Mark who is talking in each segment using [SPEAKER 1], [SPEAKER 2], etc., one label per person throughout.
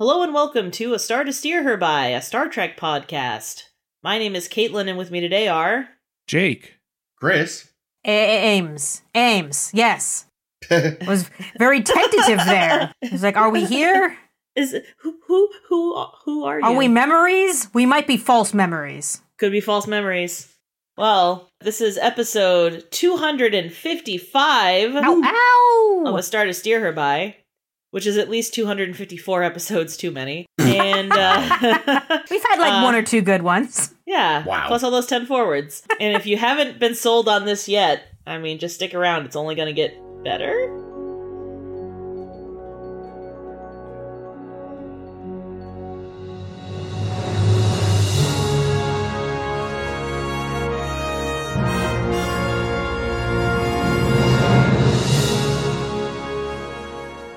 [SPEAKER 1] Hello and welcome to A Star to Steer Her By, a Star Trek podcast. My name is Caitlin, and with me today are.
[SPEAKER 2] Jake.
[SPEAKER 3] Chris?
[SPEAKER 4] A- A- Ames. Ames, yes. Was very tentative there. He's like, are we here?
[SPEAKER 1] Is who who who who are you?
[SPEAKER 4] Are we memories? We might be false memories.
[SPEAKER 1] Could be false memories. Well, this is episode two hundred and fifty-five
[SPEAKER 4] Ow,
[SPEAKER 1] of
[SPEAKER 4] ow!
[SPEAKER 1] A Star to Steer Her By, which is at least two hundred and fifty-four episodes too many, and uh,
[SPEAKER 4] We've had like
[SPEAKER 1] Uh,
[SPEAKER 4] one or two good ones.
[SPEAKER 1] Yeah.
[SPEAKER 3] Wow.
[SPEAKER 1] Plus all those 10 forwards. and if you haven't been sold on this yet, I mean, just stick around. It's only going to get better.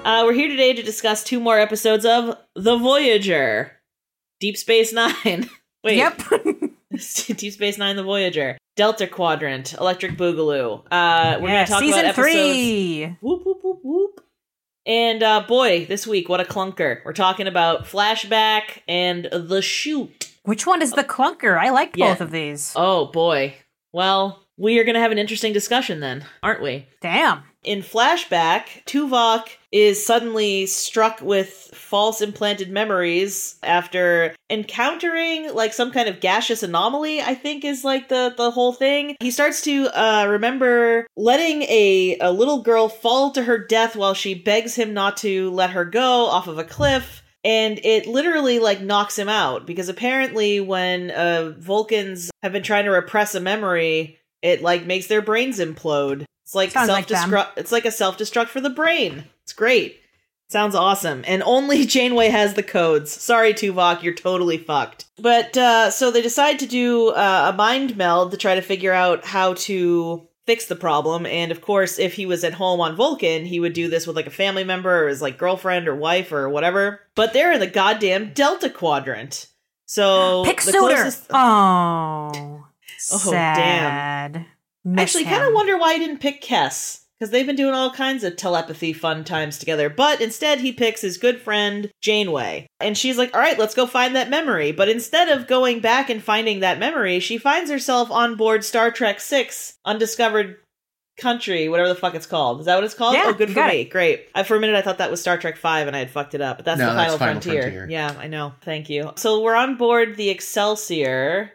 [SPEAKER 1] Uh, we're here today to discuss two more episodes of The Voyager, Deep Space Nine. Wait,
[SPEAKER 4] Yep.
[SPEAKER 1] Deep Space Nine, The Voyager, Delta Quadrant, Electric Boogaloo. Uh, we're going
[SPEAKER 4] Yeah,
[SPEAKER 1] to talk
[SPEAKER 4] season
[SPEAKER 1] about episodes.
[SPEAKER 4] three.
[SPEAKER 1] Whoop whoop whoop whoop. And uh, boy, this week, what a clunker! We're talking about flashback and the shoot.
[SPEAKER 4] Which one is the clunker? I liked
[SPEAKER 1] Yeah.
[SPEAKER 4] both of these.
[SPEAKER 1] Oh boy. Well, we are going to have an interesting discussion then, aren't we?
[SPEAKER 4] Damn.
[SPEAKER 1] In flashback, Tuvok is suddenly struck with false implanted memories after encountering like some kind of gaseous anomaly, I think is like the the whole thing. He starts to uh remember letting a a little girl fall to her death while she begs him not to let her go off of a cliff. And it literally like knocks him out because apparently when uh, Vulcans have been trying to repress a memory, it like makes their brains implode. It's like
[SPEAKER 4] Sounds like
[SPEAKER 1] self
[SPEAKER 4] them.
[SPEAKER 1] destruct. it's like a self destruct for the brain. It's great. Sounds awesome. And only Janeway has the codes. Sorry, Tuvok, you're totally fucked. But uh, so they decide to do uh, a mind meld to try to figure out how to fix the problem. And of course, if he was at home on Vulcan, he would do this with like a family member or his like girlfriend or wife or whatever. But they're in the goddamn Delta Quadrant. So
[SPEAKER 4] Pick
[SPEAKER 1] the
[SPEAKER 4] suitor.
[SPEAKER 1] closest-
[SPEAKER 4] Oh.
[SPEAKER 1] Oh,
[SPEAKER 4] Sad. Miss
[SPEAKER 1] Actually, kind of
[SPEAKER 4] him.
[SPEAKER 1] wonder why he didn't pick Kess because they've been doing all kinds of telepathy fun times together. But instead, he picks his good friend Janeway, and she's like, "All right, let's go find that memory." But instead of going back and finding that memory, she finds herself on board Star Trek Six, undiscovered country, whatever the fuck it's called. Is that what it's called?
[SPEAKER 4] Yeah,
[SPEAKER 1] oh, good
[SPEAKER 4] you
[SPEAKER 1] for
[SPEAKER 4] got
[SPEAKER 1] me. Great. I, for a minute, I thought that was Star Trek Five, and I had fucked it up. But that's
[SPEAKER 3] No,
[SPEAKER 1] the
[SPEAKER 3] that's
[SPEAKER 1] final,
[SPEAKER 3] Final
[SPEAKER 1] frontier.
[SPEAKER 3] Frontier.
[SPEAKER 1] Yeah, I know. Thank you. So we're on board the Excelsior.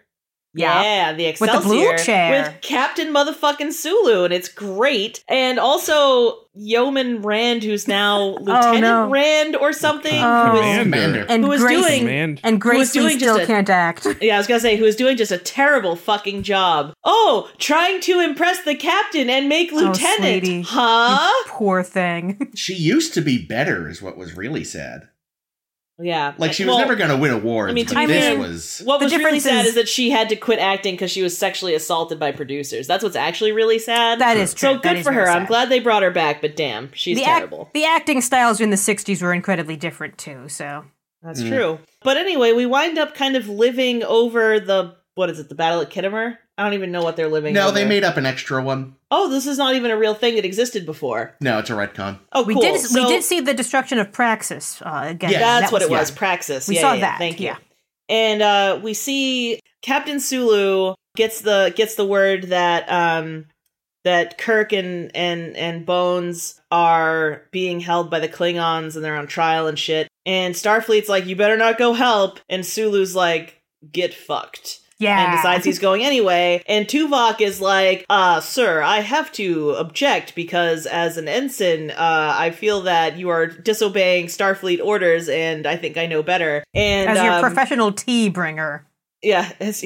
[SPEAKER 4] Yeah.
[SPEAKER 1] Yeah, the
[SPEAKER 4] With
[SPEAKER 1] Excelsior
[SPEAKER 4] the blue chair.
[SPEAKER 1] with Captain Motherfucking Sulu, and it's great. And also Yeoman Rand, who's now Lieutenant
[SPEAKER 4] Oh, no.
[SPEAKER 1] Rand or something.
[SPEAKER 4] Oh.
[SPEAKER 1] who is-
[SPEAKER 2] Commander.
[SPEAKER 4] And
[SPEAKER 1] who was
[SPEAKER 4] Grace,
[SPEAKER 1] doing-
[SPEAKER 2] Command.
[SPEAKER 4] and Grace
[SPEAKER 1] doing
[SPEAKER 4] Lee
[SPEAKER 1] just
[SPEAKER 4] still
[SPEAKER 1] a-
[SPEAKER 4] can't act.
[SPEAKER 1] yeah, I was gonna say who is doing just a terrible fucking job. Oh, trying to impress the captain and make lieutenant,
[SPEAKER 4] Oh, sweetie.
[SPEAKER 1] huh?
[SPEAKER 4] Poor thing.
[SPEAKER 3] She used to be better, is what was really sad.
[SPEAKER 1] Yeah,
[SPEAKER 3] Like, she was
[SPEAKER 1] Well,
[SPEAKER 3] never going to win awards,
[SPEAKER 1] I mean, to
[SPEAKER 3] but
[SPEAKER 4] be
[SPEAKER 3] this
[SPEAKER 4] fair-
[SPEAKER 3] was.
[SPEAKER 1] What
[SPEAKER 4] The
[SPEAKER 1] was really
[SPEAKER 4] difference
[SPEAKER 1] sad is,
[SPEAKER 4] is-
[SPEAKER 1] that she had to quit acting because she was sexually assaulted by producers. That's what's actually really sad.
[SPEAKER 4] That is true.
[SPEAKER 1] so
[SPEAKER 4] That
[SPEAKER 1] good
[SPEAKER 4] is
[SPEAKER 1] for her.
[SPEAKER 4] very
[SPEAKER 1] I'm
[SPEAKER 4] sad.
[SPEAKER 1] glad they brought her back, but damn, she's
[SPEAKER 4] the act-
[SPEAKER 1] terrible.
[SPEAKER 4] the acting styles in the 60s were incredibly different too, so.
[SPEAKER 1] That's
[SPEAKER 3] Mm.
[SPEAKER 1] true. But anyway, we wind up kind of living over the what is it, the battle at Kittimer? I don't even know what they're living
[SPEAKER 3] No,
[SPEAKER 1] over.
[SPEAKER 3] they made up an extra one.
[SPEAKER 1] Oh, this is not even a real thing that existed before.
[SPEAKER 3] No, it's a retcon.
[SPEAKER 1] Oh,
[SPEAKER 4] We
[SPEAKER 1] cool.
[SPEAKER 4] did
[SPEAKER 1] So-
[SPEAKER 4] we did see the destruction of Praxis uh, again.
[SPEAKER 3] Yeah,
[SPEAKER 1] That's
[SPEAKER 4] That
[SPEAKER 1] what it
[SPEAKER 4] yeah.
[SPEAKER 1] was, Praxis.
[SPEAKER 4] We
[SPEAKER 1] Yeah,
[SPEAKER 4] saw
[SPEAKER 1] yeah, yeah.
[SPEAKER 4] that,
[SPEAKER 1] Thank you.
[SPEAKER 4] yeah.
[SPEAKER 1] And uh, we see Captain Sulu gets the gets the word that um, that Kirk and and and Bones are being held by the Klingons and they're on trial and shit. And Starfleet's like, "You better not go help." And Sulu's like, "Get fucked."
[SPEAKER 4] Yeah.
[SPEAKER 1] and decides he's going anyway. And Tuvok is like, uh, sir, I have to object because as an ensign, uh, I feel that you are disobeying Starfleet orders and I think I know better. And
[SPEAKER 4] as your
[SPEAKER 1] um,
[SPEAKER 4] professional tea bringer.
[SPEAKER 1] yeah, as,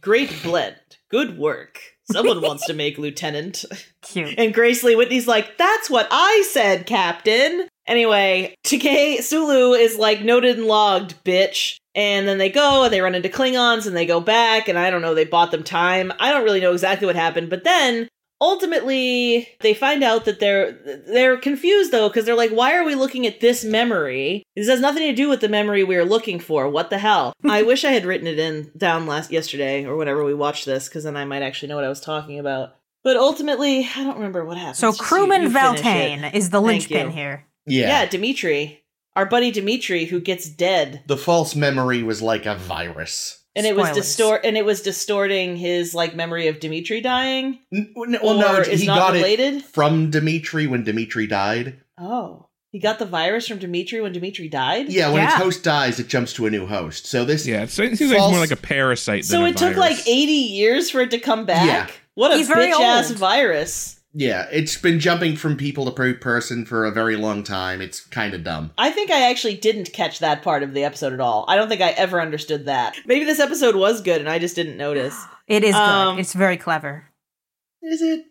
[SPEAKER 1] great blend. Good work. Someone wants to make lieutenant.
[SPEAKER 4] Cute.
[SPEAKER 1] And Grace Lee Whitney's like, that's what I said, Captain. Anyway, Takei Sulu is like noted and logged, bitch. And then they go and they run into Klingons and they go back, and I don't know, they bought them time. I don't really know exactly what happened, but then ultimately they find out that they're they're confused though because they're like why are we looking at this memory this has nothing to do with the memory we are looking for what the hell i wish i had written it in down last yesterday or whenever we watched this because then i might actually know what i was talking about but ultimately i don't remember what happened
[SPEAKER 4] So
[SPEAKER 1] It's just you-
[SPEAKER 4] crewman
[SPEAKER 1] you finish it.
[SPEAKER 4] Valtane is the
[SPEAKER 1] Thank
[SPEAKER 4] linchpin
[SPEAKER 1] you.
[SPEAKER 4] here.
[SPEAKER 3] Yeah.
[SPEAKER 1] yeah dimitri Our buddy Dimitri, who gets dead,
[SPEAKER 3] The false memory was like a virus.
[SPEAKER 1] and it was
[SPEAKER 4] Spoilers.
[SPEAKER 1] distort, and it was distorting his like memory of Dimitri dying,
[SPEAKER 3] N- n- well, no,
[SPEAKER 1] or
[SPEAKER 3] it-
[SPEAKER 1] is
[SPEAKER 3] he
[SPEAKER 1] not
[SPEAKER 3] got it
[SPEAKER 1] related.
[SPEAKER 3] from Dimitri when Dimitri died.
[SPEAKER 1] Oh, he got the virus from Dimitri when Dimitri died.
[SPEAKER 3] Yeah, when its
[SPEAKER 4] Yeah.
[SPEAKER 3] host dies, it jumps to a new host. So this,
[SPEAKER 2] Yeah, it seems like it's
[SPEAKER 3] False-
[SPEAKER 2] more like a parasite.
[SPEAKER 1] So
[SPEAKER 2] than a
[SPEAKER 1] it took like
[SPEAKER 2] virus.
[SPEAKER 1] eighty years for it to come back.
[SPEAKER 3] Yeah.
[SPEAKER 1] What a
[SPEAKER 4] He's very
[SPEAKER 1] bitch ass
[SPEAKER 4] old.
[SPEAKER 1] virus.
[SPEAKER 3] yeah, it's been jumping from people to per- person for a very long time. It's kind of dumb.
[SPEAKER 1] I think I actually didn't catch that part of the episode at all. I don't think I ever understood that. Maybe this episode was good and I just didn't notice.
[SPEAKER 4] It is
[SPEAKER 1] Um,
[SPEAKER 4] good. It's very clever.
[SPEAKER 3] Is it?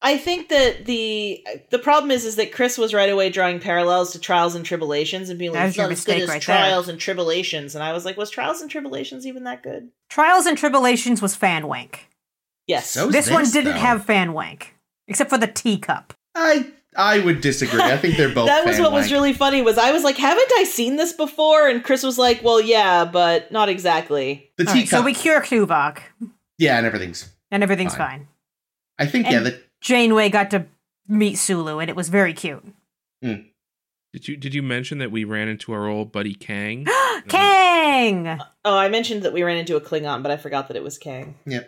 [SPEAKER 1] I think that the the problem is is that Chris was right away drawing parallels to trials and tribulations and being
[SPEAKER 4] That
[SPEAKER 1] like
[SPEAKER 4] was
[SPEAKER 1] it's
[SPEAKER 4] your
[SPEAKER 1] not as good
[SPEAKER 4] mistake
[SPEAKER 1] as
[SPEAKER 4] right there.
[SPEAKER 1] trials and tribulations and I was like was trials and tribulations even that good?
[SPEAKER 4] Trials and Tribulations was fan wank.
[SPEAKER 1] Yes.
[SPEAKER 3] So- What was
[SPEAKER 4] This, one
[SPEAKER 3] this,
[SPEAKER 4] didn't
[SPEAKER 3] though?
[SPEAKER 4] have fan wank, except for the teacup.
[SPEAKER 3] I I would disagree. I think they're both.
[SPEAKER 1] that was
[SPEAKER 3] fan
[SPEAKER 1] what was
[SPEAKER 3] wank.
[SPEAKER 1] really funny was I was like haven't I seen this before and Chris was like well yeah but not exactly.
[SPEAKER 3] the
[SPEAKER 4] All right,
[SPEAKER 3] teacup.
[SPEAKER 4] so we cure Tuvok,
[SPEAKER 3] yeah, and everything's.
[SPEAKER 4] and everything's
[SPEAKER 3] Fine.
[SPEAKER 4] fine.
[SPEAKER 3] I think
[SPEAKER 4] And-
[SPEAKER 3] yeah. The,
[SPEAKER 4] Janeway got to meet Sulu, and it was very cute.
[SPEAKER 2] Did you did you mention that we ran into our old buddy Kang?
[SPEAKER 4] Kang!
[SPEAKER 1] Oh, I mentioned that we ran into a Klingon but I forgot that it was Kang.
[SPEAKER 3] yeah,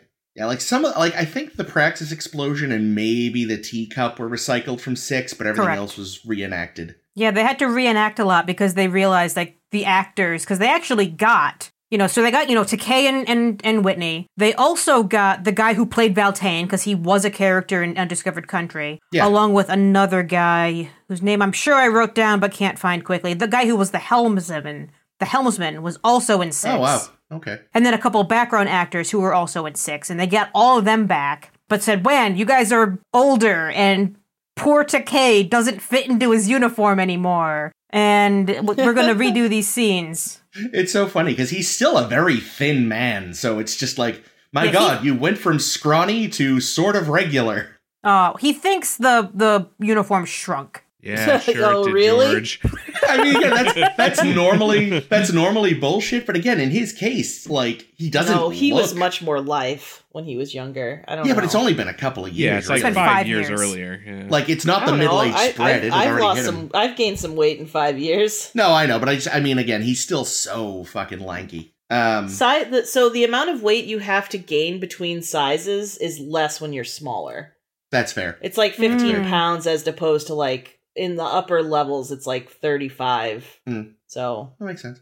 [SPEAKER 3] like some of- like I think the Praxis explosion and maybe the teacup were recycled from six, but everything
[SPEAKER 4] Correct.
[SPEAKER 3] else was reenacted.
[SPEAKER 4] Yeah, they had to reenact a lot because they realized, like, the actors, because they actually got, you know, so they got, you know, Takei and, and, and Whitney. They also got the guy who played Valtane, because he was a character in Undiscovered Country,
[SPEAKER 3] Yeah.
[SPEAKER 4] along with another guy whose name I'm sure I wrote down but can't find quickly. The guy who was the helmsman. The helmsman was also in six.
[SPEAKER 3] Oh wow. Okay.
[SPEAKER 4] and then a couple background actors who were also at six, and they got all of them back, but said, "When you guys are older and poor Takei doesn't fit into his uniform anymore, and w- we're going to redo these scenes."
[SPEAKER 3] It's so funny because he's still a very thin man, so it's just like, my
[SPEAKER 4] Yeah,
[SPEAKER 3] God, you went from scrawny to sort of regular.
[SPEAKER 4] Oh, he thinks the the uniform shrunk.
[SPEAKER 2] Yeah, sure. it
[SPEAKER 1] Oh,
[SPEAKER 2] did,
[SPEAKER 1] really?
[SPEAKER 2] George.
[SPEAKER 3] I mean, again, that's that's normally that's normally bullshit. But again, in his case, like he doesn't.
[SPEAKER 1] no, he was
[SPEAKER 3] look-
[SPEAKER 1] much more life when he was younger. I don't
[SPEAKER 3] Yeah,
[SPEAKER 1] know.
[SPEAKER 3] but it's only been a couple of years.
[SPEAKER 2] Yeah, it's like
[SPEAKER 4] been
[SPEAKER 2] five,
[SPEAKER 3] really.
[SPEAKER 4] five
[SPEAKER 2] years,
[SPEAKER 4] years.
[SPEAKER 2] earlier. Yeah.
[SPEAKER 3] Like, it's not
[SPEAKER 1] I
[SPEAKER 3] the
[SPEAKER 1] don't know.
[SPEAKER 3] middle age
[SPEAKER 1] I-
[SPEAKER 3] spread. it
[SPEAKER 1] I, have
[SPEAKER 3] had already
[SPEAKER 1] lost
[SPEAKER 3] hit him.
[SPEAKER 1] some. I've gained some weight in five years.
[SPEAKER 3] No, I know, but I just I mean, again, he's still so fucking lanky. Um,
[SPEAKER 1] Si- the, so the amount of weight you have to gain between sizes is less when you're smaller.
[SPEAKER 3] that's fair.
[SPEAKER 1] It's like 15
[SPEAKER 4] Mm.
[SPEAKER 1] pounds as opposed to like in the upper levels, it's like 35.
[SPEAKER 3] Mm.
[SPEAKER 1] So
[SPEAKER 3] That makes sense.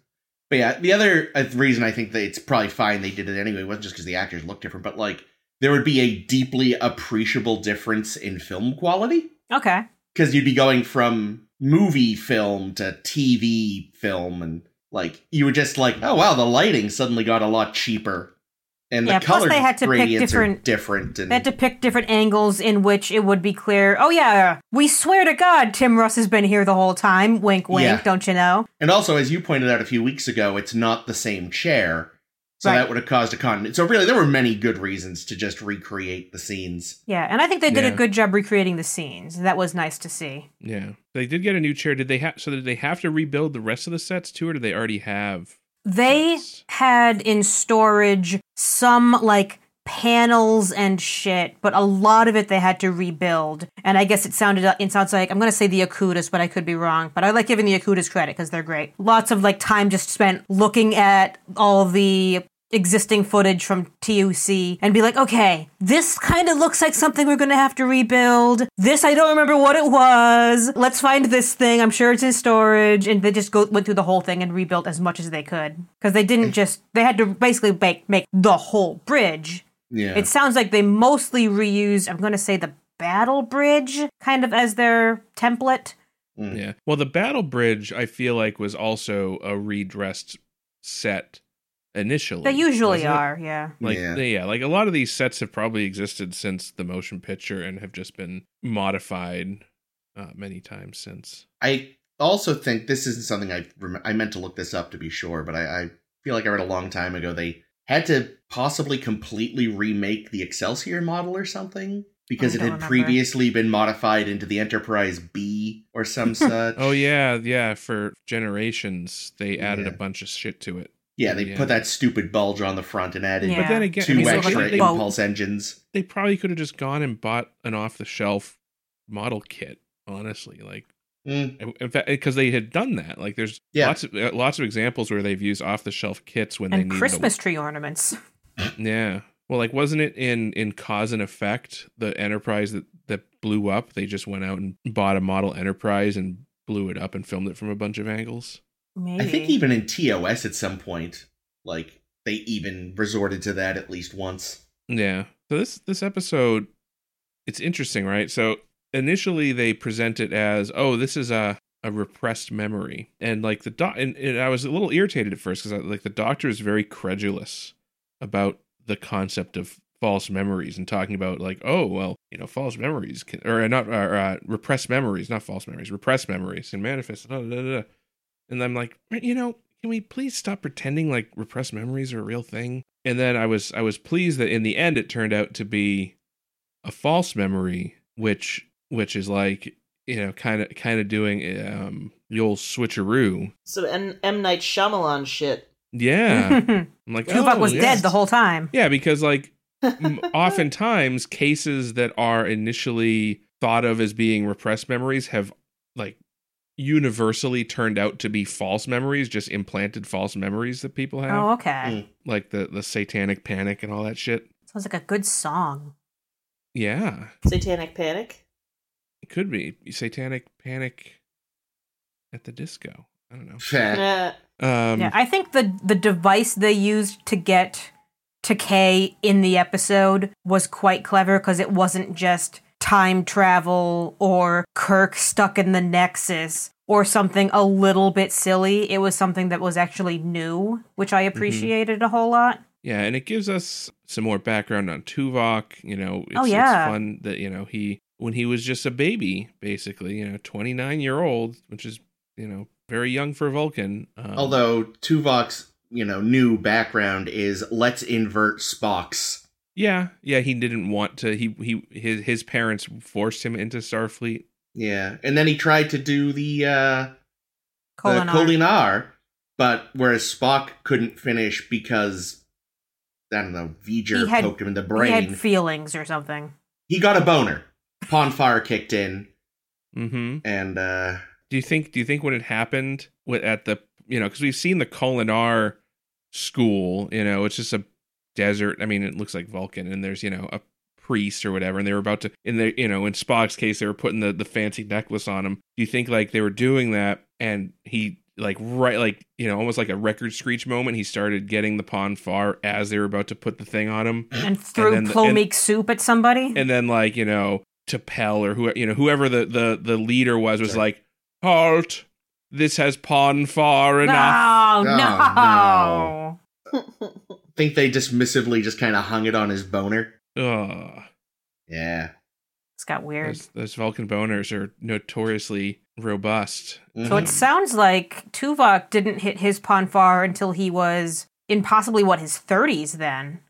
[SPEAKER 3] But yeah, the other uh, reason I think that it's probably fine they did it anyway wasn't just because the actors looked different, but like there would be a deeply appreciable difference in film quality
[SPEAKER 4] Okay,
[SPEAKER 3] because you'd be going from movie film to TV film, and like you were just like, oh wow, the lighting suddenly got a lot cheaper, and
[SPEAKER 4] Yeah,
[SPEAKER 3] the
[SPEAKER 4] plus
[SPEAKER 3] color
[SPEAKER 4] they had to pick
[SPEAKER 3] gradients
[SPEAKER 4] different-
[SPEAKER 3] are different. And
[SPEAKER 4] they had to pick different angles in which it would be clear. Oh yeah, we swear to God, Tim Russ has been here the whole time. Wink, wink.
[SPEAKER 3] Yeah.
[SPEAKER 4] Don't you know?
[SPEAKER 3] And also, as you pointed out a few weeks ago, it's not the same chair. So
[SPEAKER 4] Right.
[SPEAKER 3] that would have caused a con. So really, there were many good reasons to just recreate the scenes.
[SPEAKER 4] Yeah, and I think they did
[SPEAKER 2] Yeah.
[SPEAKER 4] a good job recreating the scenes. That was nice to see.
[SPEAKER 2] yeah, they did get a new chair. Did they have? So did they have to rebuild the rest of the sets too, or do they already have?
[SPEAKER 4] They
[SPEAKER 2] Yes.
[SPEAKER 4] had in storage some like panels and shit, but a lot of it they had to rebuild. And I guess it sounded uh, it sounds like I'm gonna say the Akudas, but I could be wrong. But I like giving the Akudas credit because they're great. Lots of like time just spent looking at all the existing footage from TUC and be like, okay, this kind of looks like something we're going to have to rebuild. This, I don't remember what it was. Let's find this thing. I'm sure it's in storage. And they just go, went through the whole thing and rebuilt as much as they could. Because they didn't just, they had to basically make, make the whole bridge.
[SPEAKER 3] Yeah.
[SPEAKER 4] It sounds like they mostly reused, I'm going to say the battle bridge kind of as their template.
[SPEAKER 3] Mm.
[SPEAKER 2] Yeah. Well, the battle bridge, I feel like, was also a redressed set initially.
[SPEAKER 4] They usually
[SPEAKER 2] wasn't it?
[SPEAKER 4] are, yeah.
[SPEAKER 2] Like
[SPEAKER 3] Yeah.
[SPEAKER 2] yeah. like a lot of these sets have probably existed since the motion picture and have just been modified uh, many times since.
[SPEAKER 3] I also think this isn't something I rem- I meant to look this up to be sure, but I, I feel like I read a long time ago they had to possibly completely remake the Excelsior model or something because
[SPEAKER 4] I
[SPEAKER 3] it
[SPEAKER 4] don't
[SPEAKER 3] had
[SPEAKER 4] remember.
[SPEAKER 3] previously been modified into the Enterprise B or some such.
[SPEAKER 2] Oh yeah, yeah. For generations, they added
[SPEAKER 3] Yeah.
[SPEAKER 2] a bunch of shit to it.
[SPEAKER 3] Yeah, they
[SPEAKER 2] Yeah.
[SPEAKER 3] put that stupid bulge on the front and added
[SPEAKER 4] Yeah.
[SPEAKER 2] But then again, I
[SPEAKER 3] two
[SPEAKER 2] mean,
[SPEAKER 4] so,
[SPEAKER 3] extra
[SPEAKER 4] like,
[SPEAKER 2] they,
[SPEAKER 4] boat.
[SPEAKER 3] impulse engines.
[SPEAKER 2] they probably could have just gone and bought an off-the-shelf model kit. Honestly, like
[SPEAKER 3] Mm,
[SPEAKER 2] In fact, because they had done that. Like there's
[SPEAKER 3] Yeah.
[SPEAKER 2] lots of uh, lots of examples where they've used off the shelf kits when they
[SPEAKER 4] and
[SPEAKER 2] need
[SPEAKER 4] Christmas tree ornaments.
[SPEAKER 2] To, yeah. Well, like wasn't it in in Cause and Effect the Enterprise that that blew up? They just went out and bought a model Enterprise and blew it up and filmed it from a bunch of angles.
[SPEAKER 4] Maybe.
[SPEAKER 3] I think even in TOS at some point, like they even resorted to that at least once.
[SPEAKER 2] Yeah. So this this episode, it's interesting, right? So initially they present it as, oh, this is a a repressed memory, and like the doc, and, and I was a little irritated at first because like the doctor is very credulous about the concept of false memories and talking about like, oh, well, you know, false memories can or not or, uh, repressed memories, not false memories, repressed memories and manifest. Da, da, da, da. And I'm like, you know, can we please stop pretending like repressed memories are a real thing? And then I was I was pleased that in the end it turned out to be a false memory, which which is like you know kind of kind of doing um the old switcheroo.
[SPEAKER 1] Some M-, M. Night Shyamalan shit.
[SPEAKER 4] Mm-hmm.
[SPEAKER 2] Yeah, I'm like
[SPEAKER 4] Tuvok
[SPEAKER 2] oh,
[SPEAKER 4] was
[SPEAKER 2] yeah.
[SPEAKER 4] dead the whole time.
[SPEAKER 2] Yeah, because like m- oftentimes cases that are initially thought of as being repressed memories have like universally turned out to be false memories, just implanted false memories that people have,
[SPEAKER 4] Oh, okay.
[SPEAKER 2] like the the satanic panic and all that shit.
[SPEAKER 4] Sounds like a good song.
[SPEAKER 2] Yeah,
[SPEAKER 1] Satanic Panic.
[SPEAKER 2] it could be satanic panic at the disco. I don't know.
[SPEAKER 1] Uh,
[SPEAKER 2] Um,
[SPEAKER 4] yeah, I think the the device they used to get Takei in the episode was quite clever because it wasn't just time travel or Kirk stuck in the Nexus or something a little bit silly. It was something that was actually new, which I appreciated a whole lot.
[SPEAKER 2] Yeah, and it gives us some more background on Tuvok. You know, it's,
[SPEAKER 4] Oh, yeah.
[SPEAKER 2] it's fun that you know he when he was just a baby, basically, you know, twenty nine year old, which is you know very young for Vulcan. Um,
[SPEAKER 3] Although Tuvok's, you know, new background is let's invert Spock's.
[SPEAKER 2] yeah, yeah, he didn't want to. He he his his parents forced him into Starfleet.
[SPEAKER 3] Yeah. And then he tried to do the uh
[SPEAKER 4] Colin
[SPEAKER 3] the
[SPEAKER 4] R.
[SPEAKER 3] Colinar, but whereas Spock couldn't finish because I don't know, V'ger
[SPEAKER 4] He had-
[SPEAKER 3] poked him in the
[SPEAKER 4] he
[SPEAKER 3] brain.
[SPEAKER 4] had feelings or something.
[SPEAKER 3] he got a boner. Ponfire kicked in
[SPEAKER 2] Mm-hmm.
[SPEAKER 3] and uh
[SPEAKER 2] Do you think? Do you think when it happened with, at the you know because we've seen the Kolinar school, you know, it's just a desert. I mean, it looks like Vulcan, and there's you know a priest or whatever, and they were about to in the you know in Spock's case they were putting the the fancy necklace on him. Do you think like they were doing that and he? Like right, like you know, almost like a record screech moment. He started getting the pon far as they were about to put the thing on him,
[SPEAKER 4] And threw
[SPEAKER 2] then the-
[SPEAKER 4] plomeek
[SPEAKER 2] and-
[SPEAKER 4] soup at somebody.
[SPEAKER 2] and then like you know T'Pel or whoever you know whoever the the the leader was was
[SPEAKER 3] Sure.
[SPEAKER 2] like halt this has pawn far enough
[SPEAKER 4] No,
[SPEAKER 3] No,
[SPEAKER 4] no.
[SPEAKER 3] no. think they dismissively just kinda hung it on his boner.
[SPEAKER 2] Ugh.
[SPEAKER 3] Yeah.
[SPEAKER 4] It's got weird.
[SPEAKER 2] Those, those Vulcan boners are notoriously robust
[SPEAKER 4] So
[SPEAKER 3] Mhm.
[SPEAKER 4] it sounds like Tuvok didn't hit his Ponfar until he was in possibly what his 30s then,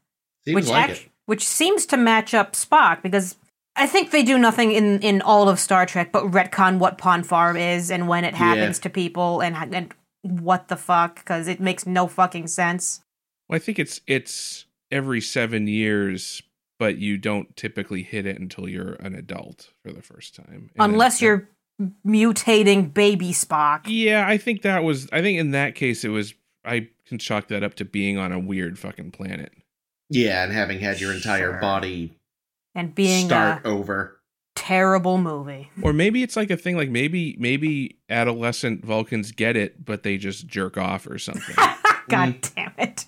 [SPEAKER 3] Seems
[SPEAKER 4] which
[SPEAKER 3] like
[SPEAKER 4] act-
[SPEAKER 3] it.
[SPEAKER 4] which seems to match up Spock because I think they do nothing in in all of Star Trek but retcon what Ponfar is and when it
[SPEAKER 3] Yeah.
[SPEAKER 4] happens to people and ha- and what the fuck because it makes no fucking sense.
[SPEAKER 2] well, I think it's it's every seven years but you don't typically hit it until you're an adult for the first time And then-
[SPEAKER 4] Unless you're mutating baby Spock.
[SPEAKER 2] yeah I think that was I think in that case it was I can chalk that up to being on a weird fucking planet
[SPEAKER 3] Yeah, and having had your entire
[SPEAKER 4] Sure.
[SPEAKER 3] body
[SPEAKER 4] And being uh,
[SPEAKER 3] start
[SPEAKER 4] a
[SPEAKER 3] over.
[SPEAKER 4] terrible movie.
[SPEAKER 2] or maybe it's like a thing like maybe maybe adolescent vulcans get it but they just jerk off or something
[SPEAKER 4] God
[SPEAKER 3] Mm.
[SPEAKER 4] damn it.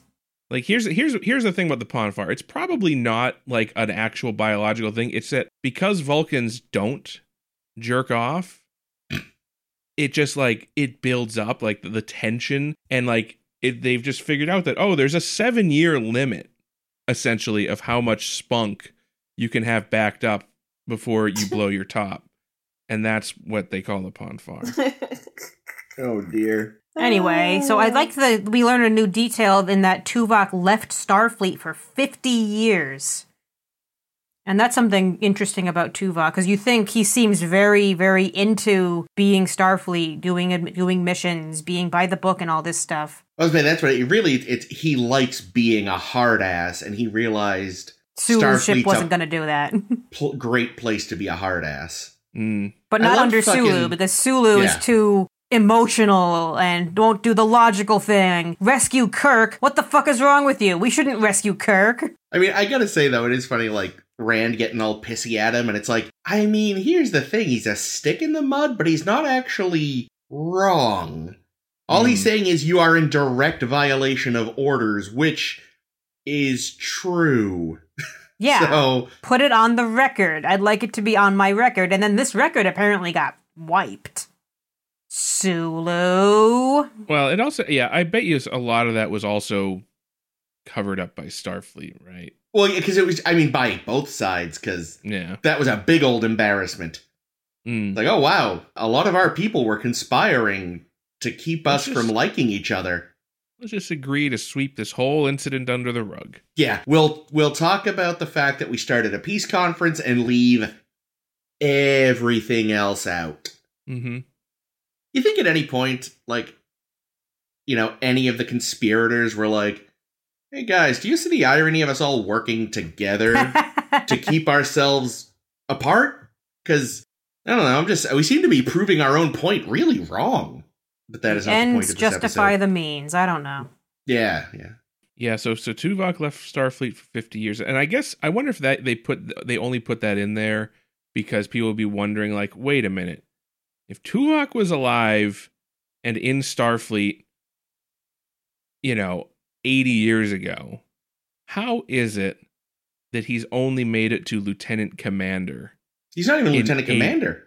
[SPEAKER 2] like here's here's here's the thing about the ponfar it's probably not like an actual biological thing it's that because vulcans don't jerk off it just like it builds up like the, the tension and like it, they've just figured out that oh there's a seven year limit essentially of how much spunk you can have backed up before you blow your top and that's what they call the ponfar
[SPEAKER 3] Oh dear.
[SPEAKER 4] Anyway, so
[SPEAKER 1] Oh.
[SPEAKER 4] I like that we learned a new detail in that Tuvok left Starfleet for 50 years. And that's something interesting about Tuvok because you think he seems very, very into being Starfleet, doing doing missions, being by the book, and all this stuff.
[SPEAKER 3] I was saying Oh, that's what it really it's he likes being a hard ass and he realized
[SPEAKER 4] Sulu's
[SPEAKER 3] Starfleet's
[SPEAKER 4] ship
[SPEAKER 3] a-
[SPEAKER 4] wasn't going to do that.
[SPEAKER 3] pl- great place to be a hard ass.
[SPEAKER 2] Mm.
[SPEAKER 4] but
[SPEAKER 3] I
[SPEAKER 4] not
[SPEAKER 3] love
[SPEAKER 4] under Sulu
[SPEAKER 3] fucking-
[SPEAKER 4] because Sulu
[SPEAKER 3] Yeah.
[SPEAKER 4] is too emotional and won't do the logical thing. Rescue Kirk? What the fuck is wrong with you? We shouldn't rescue Kirk.
[SPEAKER 3] I mean, I gotta say though, it is funny, like Rand getting all pissy at him, and it's like, I mean, here's the thing: he's a stick in the mud, but he's not actually wrong. All he's
[SPEAKER 2] Mm.
[SPEAKER 3] saying is you are in direct violation of orders, which is true.
[SPEAKER 4] Yeah,
[SPEAKER 3] So
[SPEAKER 4] put it on the record. I'd like it to be on my record. And then this record apparently got wiped. Sulu.
[SPEAKER 2] Well, it also yeah, I bet you a lot of that was also covered up by Starfleet, right?
[SPEAKER 3] well, because it was, I mean, by both sides, because
[SPEAKER 2] Yeah.
[SPEAKER 3] that was a big old embarrassment.
[SPEAKER 2] Mm.
[SPEAKER 3] Like, oh wow, a lot of our people were conspiring to keep us
[SPEAKER 2] It's
[SPEAKER 3] from
[SPEAKER 2] just-
[SPEAKER 3] liking each other.
[SPEAKER 2] Let's just agree to sweep this whole incident under the rug.
[SPEAKER 3] Yeah, we'll we'll talk about the fact that we started a peace conference and leave everything else out.
[SPEAKER 2] Mm-hmm.
[SPEAKER 3] You think at any point, like, you know, any of the conspirators were like, "Hey guys, do you see the irony of us all working together to keep ourselves apart?" Because I don't know, I'm just we seem to be proving our own point really wrong. But that is not the point
[SPEAKER 4] Ends
[SPEAKER 3] of this
[SPEAKER 4] justify
[SPEAKER 3] episode.
[SPEAKER 4] the means. I don't know.
[SPEAKER 3] Yeah, yeah.
[SPEAKER 2] Yeah, so so Tuvok left Starfleet for 50 years. And I guess I wonder if that they put they only put that in there because people would be wondering like, "Wait a minute. If Tuvok was alive and in Starfleet, you know, 80 years ago, how is it that he's only made it to lieutenant commander?"
[SPEAKER 3] He's not even
[SPEAKER 2] In
[SPEAKER 3] lieutenant
[SPEAKER 2] eight-
[SPEAKER 3] commander.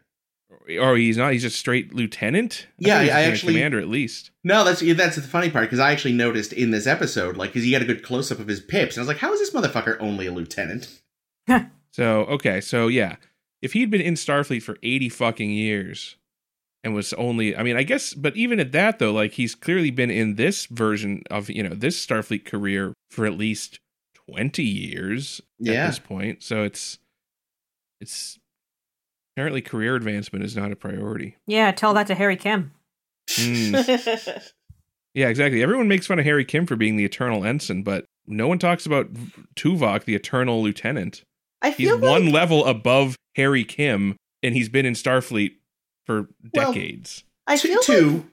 [SPEAKER 2] Or he's not, he's just straight lieutenant? I
[SPEAKER 3] Yeah,
[SPEAKER 2] thought he was
[SPEAKER 3] I- I
[SPEAKER 2] lieutenant
[SPEAKER 3] actually-
[SPEAKER 2] commander at least.
[SPEAKER 3] No, that's yeah, that's the funny part because I actually noticed in this episode, like, because he got a good close up of his pips, and I was like, "How is this motherfucker only a lieutenant?"
[SPEAKER 2] So okay, so yeah, if he'd been in Starfleet for eighty fucking years, and was only, I mean, I guess, but even at that though, like he's clearly been in this version of you know this Starfleet career for at least twenty years at
[SPEAKER 3] Yeah,
[SPEAKER 2] this point. So it's it's apparently career advancement is not a priority.
[SPEAKER 4] Yeah, tell that to Harry Kim.
[SPEAKER 2] Mm. yeah, exactly. Everyone makes fun of Harry Kim for being the eternal ensign, but no one talks about Tuvok, the eternal lieutenant.
[SPEAKER 1] I
[SPEAKER 2] He's
[SPEAKER 1] feel like
[SPEAKER 2] one level above Harry Kim, and he's been in Starfleet for
[SPEAKER 3] Well-
[SPEAKER 2] decades.
[SPEAKER 1] I
[SPEAKER 3] Two-
[SPEAKER 1] feel like
[SPEAKER 3] two,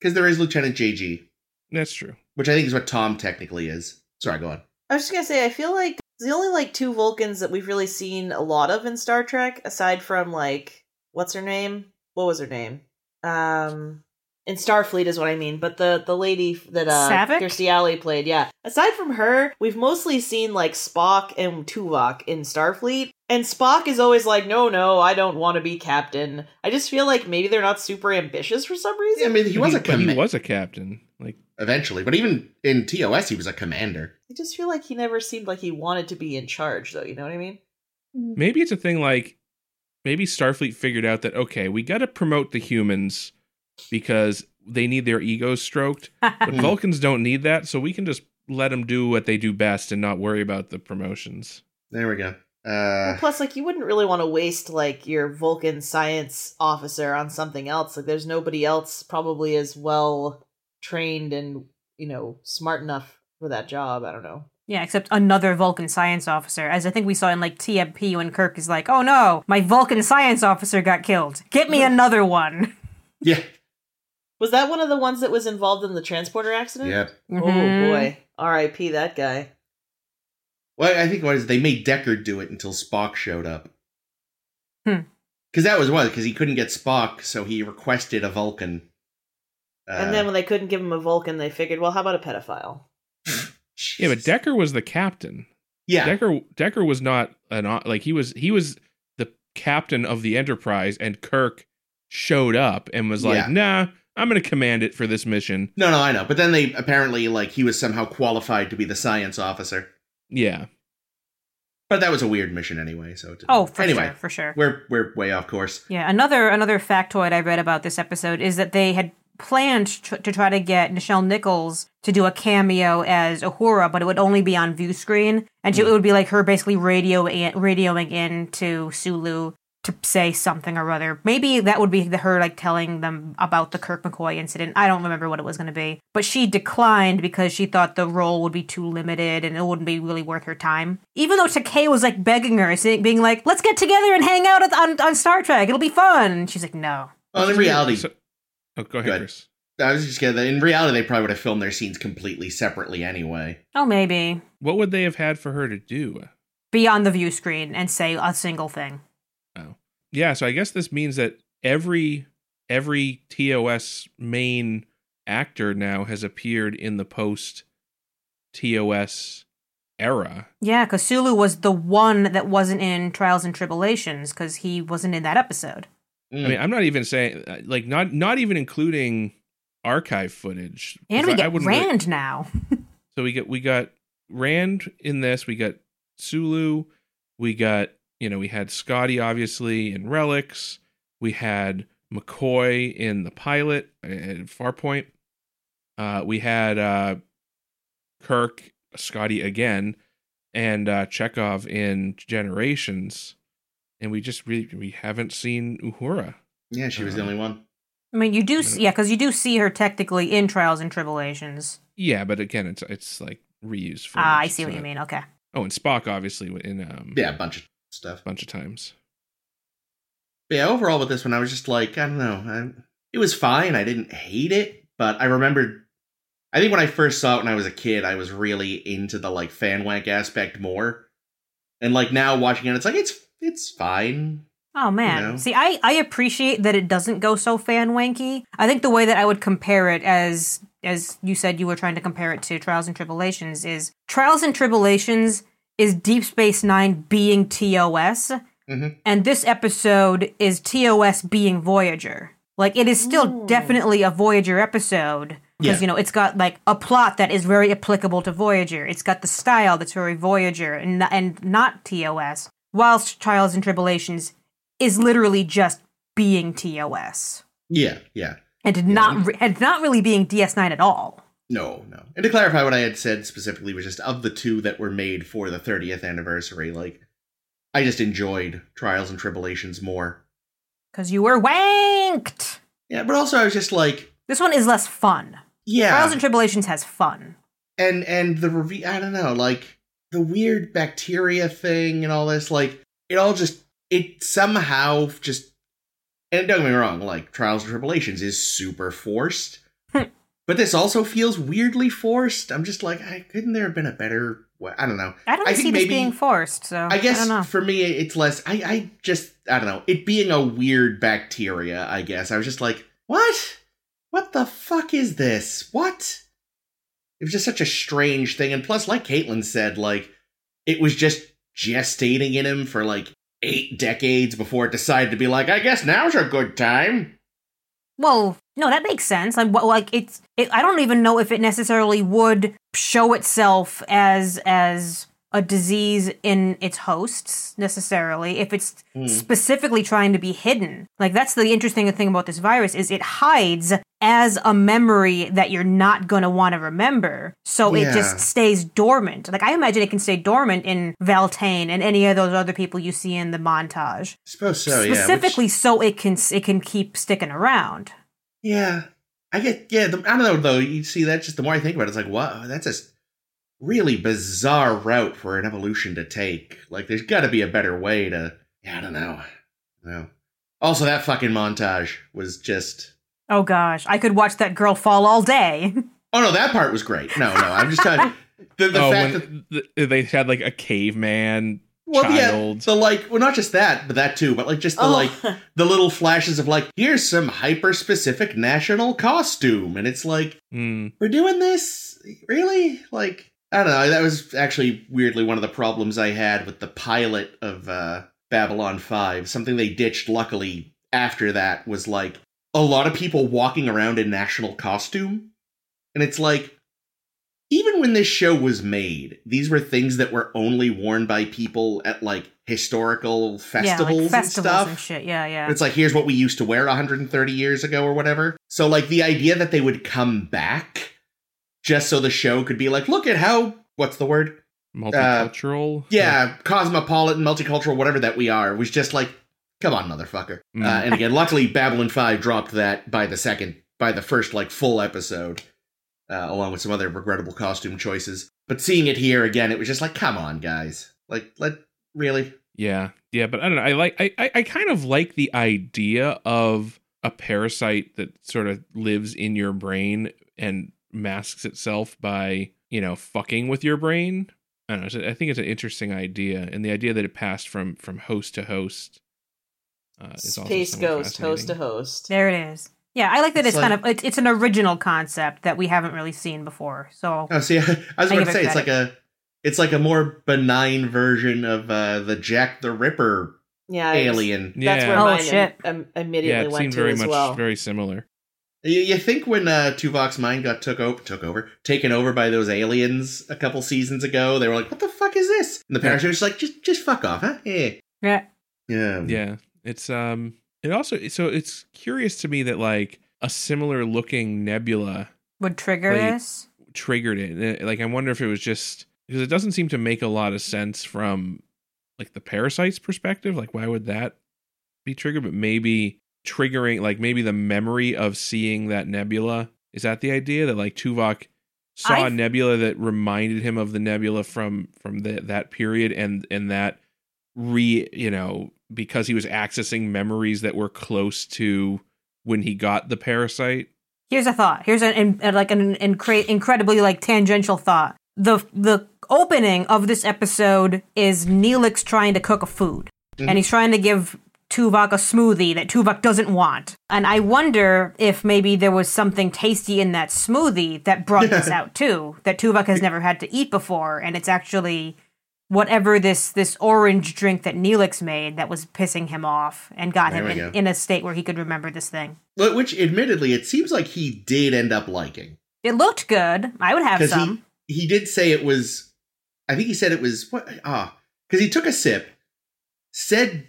[SPEAKER 3] because there is Lieutenant JG,
[SPEAKER 2] That's true.
[SPEAKER 3] which I think is what Tom technically is. Sorry, go on.
[SPEAKER 1] I was just gonna say I feel like the only like two Vulcans that we've really seen a lot of in Star Trek, aside from like what's her name? What was her name? Um in Starfleet is what I mean, but the the lady that uh
[SPEAKER 4] Savick?
[SPEAKER 1] Kirstie Alley played, yeah. Aside from her, we've mostly seen like Spock and Tuvok in Starfleet, and Spock is always like, "No, no, I don't want to be captain." I just feel like maybe they're not super ambitious for some
[SPEAKER 3] I
[SPEAKER 1] reason.
[SPEAKER 3] mean, he was a
[SPEAKER 2] but he
[SPEAKER 3] commander
[SPEAKER 2] was a captain. Like
[SPEAKER 3] eventually, but even in TOS, he was a commander.
[SPEAKER 1] I just feel like he never seemed like he wanted to be in charge, though. You know what I mean?
[SPEAKER 2] maybe it's a thing like maybe Starfleet figured out that okay, we got to promote the humans because they need their egos stroked, but
[SPEAKER 3] Hmm.
[SPEAKER 2] Vulcans don't need that, so we can just let them do what they do best and not worry about the promotions.
[SPEAKER 3] There we go.
[SPEAKER 1] Well,
[SPEAKER 3] Uh,
[SPEAKER 1] plus, like, you wouldn't really want to waste like your Vulcan science officer on something else. Like, there's nobody else probably as well trained and you know smart enough for that job. I don't know.
[SPEAKER 4] Yeah, except another Vulcan science officer, as I think we saw in like TMP when Kirk is like, oh no, my Vulcan science officer got killed. Get me another one.
[SPEAKER 3] yeah,
[SPEAKER 1] Was that one of the ones that was involved in the transporter accident?
[SPEAKER 3] yeah.
[SPEAKER 1] Oh
[SPEAKER 4] Mhm.
[SPEAKER 2] Mm-hmm.
[SPEAKER 1] boy, R.I.P. That guy.
[SPEAKER 3] Well, I think what is they made Deckard do it until Spock showed up.
[SPEAKER 4] Hmm.
[SPEAKER 3] Because that was what because he couldn't get Spock, so he requested a Vulcan. Uh,
[SPEAKER 1] and then when they couldn't give him a Vulcan, they figured, well, how about a pedophile?
[SPEAKER 2] Yeah, but Decker was the captain.
[SPEAKER 3] yeah,
[SPEAKER 2] Decker Decker was not an o- like he was he was the captain of the Enterprise, and Kirk showed up and was like,
[SPEAKER 3] Yeah.
[SPEAKER 2] "Nah, I'm going to command it for this mission."
[SPEAKER 3] no, no, I know. But then they apparently like he was somehow qualified to be the science officer.
[SPEAKER 2] Yeah,
[SPEAKER 3] But that was a weird mission anyway. So it didn't-
[SPEAKER 4] Oh, for
[SPEAKER 3] anyway,
[SPEAKER 4] sure, for sure.
[SPEAKER 3] we're we're way off course.
[SPEAKER 4] Yeah, another another factoid I read about this episode is that they had planned tr- to try to get Nichelle Nichols to do a cameo as Uhura, but it would only be on view screen, and she- it would be like her basically radio radioing in to Sulu to say something or other. Maybe that would be the, her like telling them about the Kirk McCoy incident. I don't remember what it was going to be, but she declined because she thought the role would be too limited and it wouldn't be really worth her time. Even though Takei was like begging her, saying, being like, "Let's get together and hang out at- on, on Star Trek. It'll be fun." And she's like, "No."
[SPEAKER 3] Well, in reality,
[SPEAKER 2] So- oh, go ahead,
[SPEAKER 3] Go ahead.
[SPEAKER 2] Chris.
[SPEAKER 3] I was just gonna. In reality, they probably would have filmed their scenes completely separately anyway.
[SPEAKER 4] Oh, maybe
[SPEAKER 2] What would they have had for her to do?
[SPEAKER 4] be on the view screen and say a single thing.
[SPEAKER 2] yeah so i guess this means that every every tos main actor now has appeared in the post tos era
[SPEAKER 4] Yeah, because Sulu was the one that wasn't in Trials and Tribulations because he wasn't in that episode.
[SPEAKER 3] Mm.
[SPEAKER 2] i mean i'm not even saying uh, like not not even including archive footage 'Cause
[SPEAKER 4] And we
[SPEAKER 2] I- I
[SPEAKER 4] get
[SPEAKER 2] wouldn't really-
[SPEAKER 4] Rand now.
[SPEAKER 2] so we get we got rand in this we got sulu we got you know we had scotty obviously in relics we had mccoy in the pilot at farpoint uh we had uh kirk scotty again and uh chekhov in generations and we just really we haven't seen uhura
[SPEAKER 3] yeah, she
[SPEAKER 2] uh,
[SPEAKER 3] was the only one.
[SPEAKER 4] I mean, you do,
[SPEAKER 2] Yeah.
[SPEAKER 4] s yeah, because you do see her technically in Trials and Tribulations.
[SPEAKER 2] yeah but again it's it's like reused for
[SPEAKER 4] Ah, I see what you mean. Okay.
[SPEAKER 2] oh and spock obviously in um
[SPEAKER 3] Yeah, a bunch of stuff.
[SPEAKER 2] a bunch of times
[SPEAKER 3] But yeah, overall with this one, I was just like, I don't know. I, it was fine. I didn't hate it, but I remembered. I think when I first saw it when I was a kid, I was really into the like fan wank aspect more, and like now watching it, it's like it's it's fine.
[SPEAKER 4] Oh man.
[SPEAKER 3] know?
[SPEAKER 4] See, I I appreciate that it doesn't go so fan wanky. I think the way that I would compare it as as you said you were trying to compare it to Trials and Tribulations is Trials and Tribulations is Deep Space 9 being TOS
[SPEAKER 3] Mhm.
[SPEAKER 4] and this episode is TOS being Voyager. Like it is still definitely a Voyager episode because
[SPEAKER 3] Yeah.
[SPEAKER 4] you know it's got like a plot that is very applicable to Voyager. It's got the style that's very Voyager and and not TOS. Whilst Trials and Tribulations is literally just being TOS
[SPEAKER 3] Yeah, yeah.
[SPEAKER 4] and did not re- and not really being DS9 at all.
[SPEAKER 3] No, no. And to clarify what I had said specifically was just of the two that were made for the 30th anniversary, like I just enjoyed Trials and Tribulations more.
[SPEAKER 4] Because you were wanked.
[SPEAKER 3] Yeah, but also I was just like,
[SPEAKER 4] This one is less fun.
[SPEAKER 3] yeah.
[SPEAKER 4] Trials and Tribulations has fun.
[SPEAKER 3] and and the review i don't know like the weird bacteria thing and all this like it all just it somehow just and don't get me wrong like trials and tribulations is super forced
[SPEAKER 4] Hmm.
[SPEAKER 3] but this also feels weirdly forced i'm just like i couldn't there have been a better way i don't know
[SPEAKER 4] I don't
[SPEAKER 3] I
[SPEAKER 4] see
[SPEAKER 3] think
[SPEAKER 4] this
[SPEAKER 3] maybe-
[SPEAKER 4] being forced. So
[SPEAKER 3] i guess
[SPEAKER 4] don't know.
[SPEAKER 3] for me it's less i i just i don't know it being a weird bacteria i guess i was just like what what the fuck is this what it was just such a strange thing and plus like caitlin said like it was just gestating in him for like eight decades before it decided to be like i guess now's a good time
[SPEAKER 4] Well, no, that makes sense. Like, what- like it's. It, I don't even know if it necessarily would show itself as as a disease in its hosts necessarily. If it's
[SPEAKER 3] Hmm.
[SPEAKER 4] specifically trying to be hidden, like that's the interesting thing about this virus is it hides as a memory that you're not going to want to remember. So it
[SPEAKER 3] Yeah.
[SPEAKER 4] just stays dormant. Like I imagine it can stay dormant in Valtane and any of those other people you see in the montage.
[SPEAKER 3] suppose so yeah which-
[SPEAKER 4] Specifically, so it can it can keep sticking around.
[SPEAKER 3] Yeah, I get. Yeah, the, I don't know though. You see that? Just the more I think about it, it's like, wow, that's a s- really bizarre route for an evolution to take. Like, there's got to be a better way to. Yeah, I don't know. No. Also, that fucking montage was just.
[SPEAKER 4] Oh gosh, I could watch that girl fall all day.
[SPEAKER 3] Oh no, that part was great. No, no, I'm just trying. The, the
[SPEAKER 2] oh,
[SPEAKER 3] fact that
[SPEAKER 2] when th- they had like a caveman
[SPEAKER 3] well, yeah,
[SPEAKER 2] child.
[SPEAKER 3] the like, well, not just that, but that too, but like just the
[SPEAKER 1] oh,
[SPEAKER 3] like the little flashes of like, here's some hyper specific national costume, and it's like.
[SPEAKER 2] Mm.
[SPEAKER 3] we're doing this really like i don't know that was actually weirdly one of the problems i had with the pilot of uh babylon 5 something they ditched luckily after that was like a lot of people walking around in national costume and it's like even when this show was made these were things that were only worn by people at like historical festivals,
[SPEAKER 4] yeah, like
[SPEAKER 3] and
[SPEAKER 4] festivals
[SPEAKER 3] stuff
[SPEAKER 4] shit. Yeah, yeah.
[SPEAKER 3] it's like here's what we used to wear 130 years ago or whatever. So like the idea that they would come back just so the show could be like, look at how what's the word?
[SPEAKER 2] Multicultural.
[SPEAKER 3] Yeah, cosmopolitan, multicultural, whatever that we are was just like Come on, motherfucker.
[SPEAKER 2] Mm.
[SPEAKER 3] Uh, and again, luckily, Babylon 5 dropped that by the second, by the first, like, full episode, uh, along with some other regrettable costume choices. But seeing it here again, it was just like, come on, guys. Like, let, really?
[SPEAKER 2] Yeah, yeah, but I don't know. I like I I, I kind of like the idea of a parasite that sort of lives in your brain and masks itself by you know fucking with your brain. I don't know. it's- I think it's an interesting idea, and the idea that it passed from from host to host. Uh, is also
[SPEAKER 1] Space
[SPEAKER 2] somewhat
[SPEAKER 1] ghost, host to
[SPEAKER 2] fascinating.
[SPEAKER 1] host.
[SPEAKER 4] There it is. Yeah, I like that. It's,
[SPEAKER 3] It's
[SPEAKER 4] kind of it's, it's an original concept that we haven't really seen before. So
[SPEAKER 3] Oh, see, I was
[SPEAKER 4] I
[SPEAKER 3] going
[SPEAKER 4] give
[SPEAKER 3] to
[SPEAKER 4] it
[SPEAKER 3] say, it's like
[SPEAKER 4] credit.
[SPEAKER 3] a, it's like a more benign version of uh, the Jack the Ripper
[SPEAKER 1] Yeah, I was-
[SPEAKER 3] alien
[SPEAKER 1] That's where
[SPEAKER 4] Oh,
[SPEAKER 1] mine
[SPEAKER 4] shit.
[SPEAKER 1] im- im-
[SPEAKER 2] yeah,
[SPEAKER 1] immediately
[SPEAKER 2] it
[SPEAKER 1] went
[SPEAKER 2] seemed
[SPEAKER 1] to
[SPEAKER 2] very
[SPEAKER 1] as
[SPEAKER 2] much
[SPEAKER 1] well.
[SPEAKER 2] very similar.
[SPEAKER 3] You, you think when uh, Tuvok's mind got took over, took over, taken over by those aliens a couple seasons ago, they were like, "What the fuck is this?" And the parents were just like, "Just, just fuck off, huh?" Yeah,
[SPEAKER 4] yeah,
[SPEAKER 3] yeah,
[SPEAKER 2] Yeah, it's um, it also so it's curious to me that like a similar looking nebula
[SPEAKER 4] would trigger
[SPEAKER 2] Wait.
[SPEAKER 4] this.
[SPEAKER 2] triggered it. Uh, Like I wonder if it was just because it doesn't seem to make a lot of sense from like the parasite's perspective. Like why would that be triggered? But maybe triggering like maybe the memory of seeing that nebula is that the idea that like Tuvok saw a
[SPEAKER 4] I've-
[SPEAKER 2] nebula that reminded him of the nebula from from the, that period and and that re you know because he was accessing memories that were close to when he got the parasite
[SPEAKER 4] Here's a thought. Here's an, an uh, like an, an incre- incredibly like tangential thought. The the opening of this episode is Neelix trying to cook a food,
[SPEAKER 3] Mm-hmm.
[SPEAKER 4] and he's trying to give Tuvok a smoothie that Tuvok doesn't want. And I wonder if maybe there was something tasty in that smoothie that brought this out too, that Tuvok has never had to eat before, and it's actually whatever this this orange drink that Neelix made that was pissing him off and got
[SPEAKER 3] There
[SPEAKER 4] him
[SPEAKER 3] we
[SPEAKER 4] in,
[SPEAKER 3] go.
[SPEAKER 4] in a state where he could remember this thing.
[SPEAKER 3] But Which, admittedly, it seems like he did end up liking
[SPEAKER 4] It looked good. I would have
[SPEAKER 3] because
[SPEAKER 4] some.
[SPEAKER 3] he he did say it was. I think he said it was what ah because he took a sip, said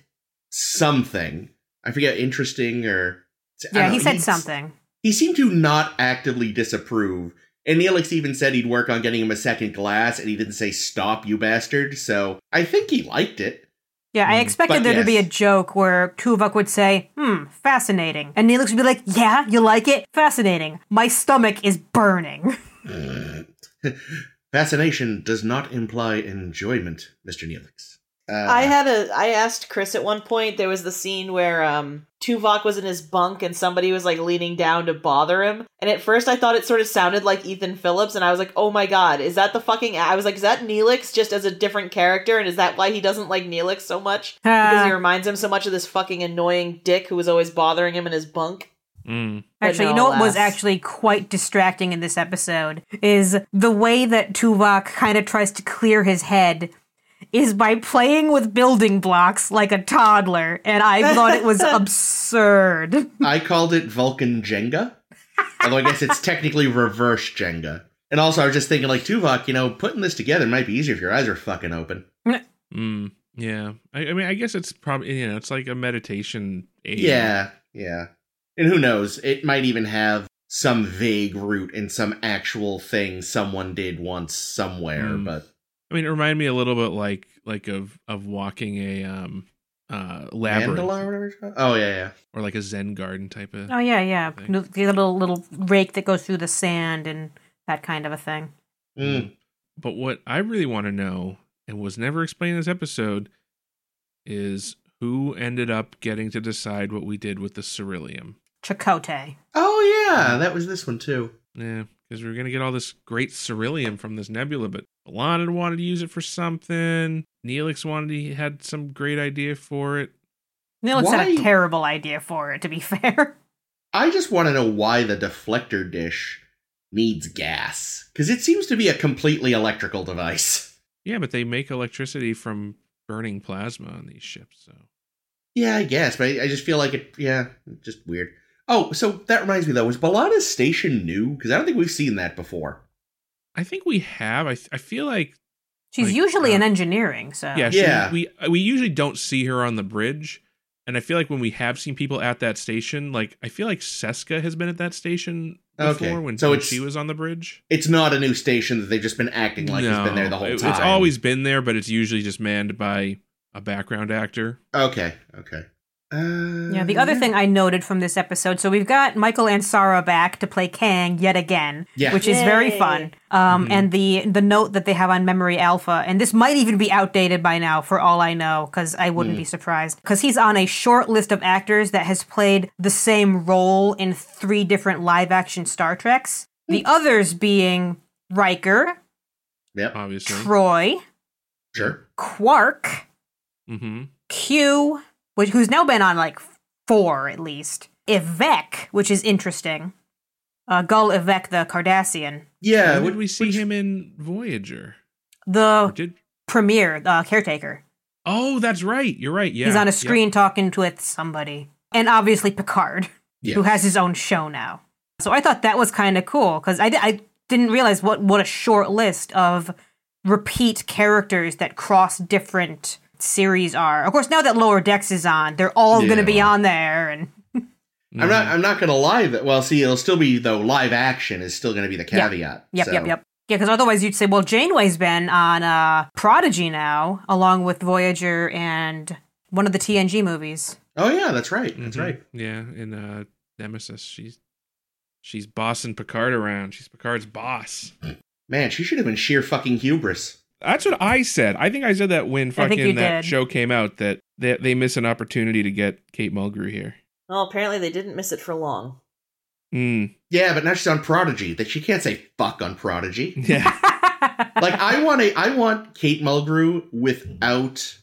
[SPEAKER 3] something. I forget interesting or I
[SPEAKER 4] Yeah,
[SPEAKER 3] don't
[SPEAKER 4] he
[SPEAKER 3] know,
[SPEAKER 4] said
[SPEAKER 3] he's-
[SPEAKER 4] something.
[SPEAKER 3] he seemed to not actively disapprove. And Neelix even said he'd work on getting him a second glass, and he didn't say "stop, you bastard." So I think he liked it.
[SPEAKER 4] Yeah, I
[SPEAKER 2] Mm,
[SPEAKER 4] expected
[SPEAKER 3] but
[SPEAKER 4] there to be a
[SPEAKER 3] yes.
[SPEAKER 4] joke where Tuvok would say, hmm, fascinating. And Neelix would be like, yeah, you like it? Fascinating. My stomach is burning.
[SPEAKER 3] Fascination does not imply enjoyment, Mister Neelix. Uh,
[SPEAKER 1] I had a I asked Chris at one point there was the scene where um Tuvok was in his bunk and somebody was like leaning down to bother him and at first I thought it sort of sounded like Ethan Phillips and I was like oh my god is that the fucking I was like is that Neelix just as a different character and is that why he doesn't like Neelix so much because he
[SPEAKER 4] Uh,
[SPEAKER 1] reminds him so much of this fucking annoying dick who was always bothering him in his bunk
[SPEAKER 4] Uh, actually, you
[SPEAKER 1] no
[SPEAKER 4] know what was
[SPEAKER 1] less.
[SPEAKER 4] actually quite distracting in this episode is the way that Tuvok kind of tries to clear his head is by playing with building blocks like a toddler. And I thought it was absurd.
[SPEAKER 3] I called it Vulcan Jenga, although I guess it's technically reverse Jenga. And also, I was just thinking, like Tuvok, you know, putting this together might be easier if your eyes are fucking open.
[SPEAKER 2] Mm, yeah. I, I mean, I guess it's probably, you know, it's like a meditation aid.
[SPEAKER 3] Yeah, yeah. And who knows? It might even have some vague root in some actual thing someone did once somewhere,
[SPEAKER 2] Hmm.
[SPEAKER 3] but
[SPEAKER 2] I mean, it reminded me a little bit like, like of, of walking a, um, uh, labyrinth
[SPEAKER 3] Mandala or whatever. it's called? Oh yeah, yeah.
[SPEAKER 2] or like a Zen garden type of.
[SPEAKER 4] Oh yeah, yeah.
[SPEAKER 2] thing.
[SPEAKER 4] The little little rake that goes through the sand and that kind of a thing.
[SPEAKER 3] Mm.
[SPEAKER 2] But what I really want to know and was never explained in this episode is who ended up getting to decide what we did with the ceruleum.
[SPEAKER 4] Chakotay.
[SPEAKER 3] Oh yeah, that was this one too.
[SPEAKER 2] Yeah, because we were gonna get all this great ceruleum from this nebula, but Alana wanted to use it for something. Neelix wanted he had some great idea for it.
[SPEAKER 4] Neelix had a
[SPEAKER 3] Why-
[SPEAKER 4] terrible idea for it, to be fair.
[SPEAKER 3] I just want to know why the deflector dish needs gas because it seems to be a completely electrical device.
[SPEAKER 2] Yeah, but they make electricity from burning plasma on these ships, so
[SPEAKER 3] Yeah, I guess, but I, I just feel like it. Yeah, just weird. Oh, so that reminds me though, was Balana's station new? Because I don't think we've seen that before.
[SPEAKER 2] I think we have. I, th- I feel like
[SPEAKER 4] She's
[SPEAKER 2] Like,
[SPEAKER 4] usually
[SPEAKER 2] uh,
[SPEAKER 4] in engineering, so
[SPEAKER 2] yeah, she-
[SPEAKER 3] Yeah.
[SPEAKER 2] We we usually don't see her on the bridge, and I feel like when we have seen people at that station, like I feel like Seska has been at that station before
[SPEAKER 3] Okay,
[SPEAKER 2] when,
[SPEAKER 3] so
[SPEAKER 2] when
[SPEAKER 3] it's-
[SPEAKER 2] she was on the bridge.
[SPEAKER 3] It's not a new station that they've just been acting like it's been there the
[SPEAKER 2] No,
[SPEAKER 3] whole
[SPEAKER 2] it-
[SPEAKER 3] time.
[SPEAKER 2] It's always been there, but it's usually just manned by a background actor.
[SPEAKER 3] okay. Okay, Uh,
[SPEAKER 4] Yeah, the other thing I noted from this episode, so we've got Michael and Sarah back to play Kang yet again,
[SPEAKER 3] Yeah.
[SPEAKER 4] which is very
[SPEAKER 1] Yay.
[SPEAKER 4] fun. Um,
[SPEAKER 2] Mhm.
[SPEAKER 4] And the the note that they have on Memory Alpha, and this might even be outdated by now, for all I know, because I wouldn't be surprised, because he's on a short list of actors that has played the same role in three different live action Star Treks. The others being Riker,
[SPEAKER 3] Yep.
[SPEAKER 2] obviously.
[SPEAKER 4] Troy,
[SPEAKER 3] Sure.
[SPEAKER 4] Quark,
[SPEAKER 2] mm-hmm.
[SPEAKER 4] Q, which who's now been on like four at least. Ivek, which is interesting. Uh, Gull Ivek the Cardassian,
[SPEAKER 3] Yeah.
[SPEAKER 2] When did we see
[SPEAKER 3] which-
[SPEAKER 2] him in Voyager? Or
[SPEAKER 4] the
[SPEAKER 2] did
[SPEAKER 4] premier uh, caretaker.
[SPEAKER 2] oh, that's right. You're right. Yeah,
[SPEAKER 4] He's on
[SPEAKER 2] Yep.
[SPEAKER 4] a screen talking with somebody, and obviously Picard,
[SPEAKER 3] Yeah.
[SPEAKER 4] who has his own show now. So I thought that was kind of cool because I, di- I didn't realize what what a short list of repeat characters that cross different series are. Of course, now that Lower Decks is on, they're all going to be
[SPEAKER 3] Yeah.
[SPEAKER 4] on there, and
[SPEAKER 3] I'm not.
[SPEAKER 2] Mhm.
[SPEAKER 3] I'm not gonna lie. That well, see, it'll still be though. Live action is still gonna be the
[SPEAKER 4] Yeah.
[SPEAKER 3] caveat.
[SPEAKER 4] Yep,
[SPEAKER 3] so-
[SPEAKER 4] yep, yep. Yeah, because otherwise you'd say, well, Janeway's been on uh, Prodigy now, along with Voyager and one of the TNG movies.
[SPEAKER 3] Oh yeah, that's right. That's
[SPEAKER 2] Mhm.
[SPEAKER 3] right.
[SPEAKER 2] Yeah, in uh, Nemesis, she's she's bossing Picard around. She's Picard's boss.
[SPEAKER 3] Man, she should have been sheer fucking hubris.
[SPEAKER 2] That's what I said. I think I said that when
[SPEAKER 4] think you
[SPEAKER 2] fucking that
[SPEAKER 4] did.
[SPEAKER 2] show came out that they they miss an opportunity to get Kate Mulgrew here.
[SPEAKER 1] Well, apparently they didn't miss it for long.
[SPEAKER 2] Mm.
[SPEAKER 3] Yeah, but now she's on Prodigy. That she can't say fuck on Prodigy.
[SPEAKER 2] Yeah.
[SPEAKER 3] like I want a, I want Kate Mulgrew without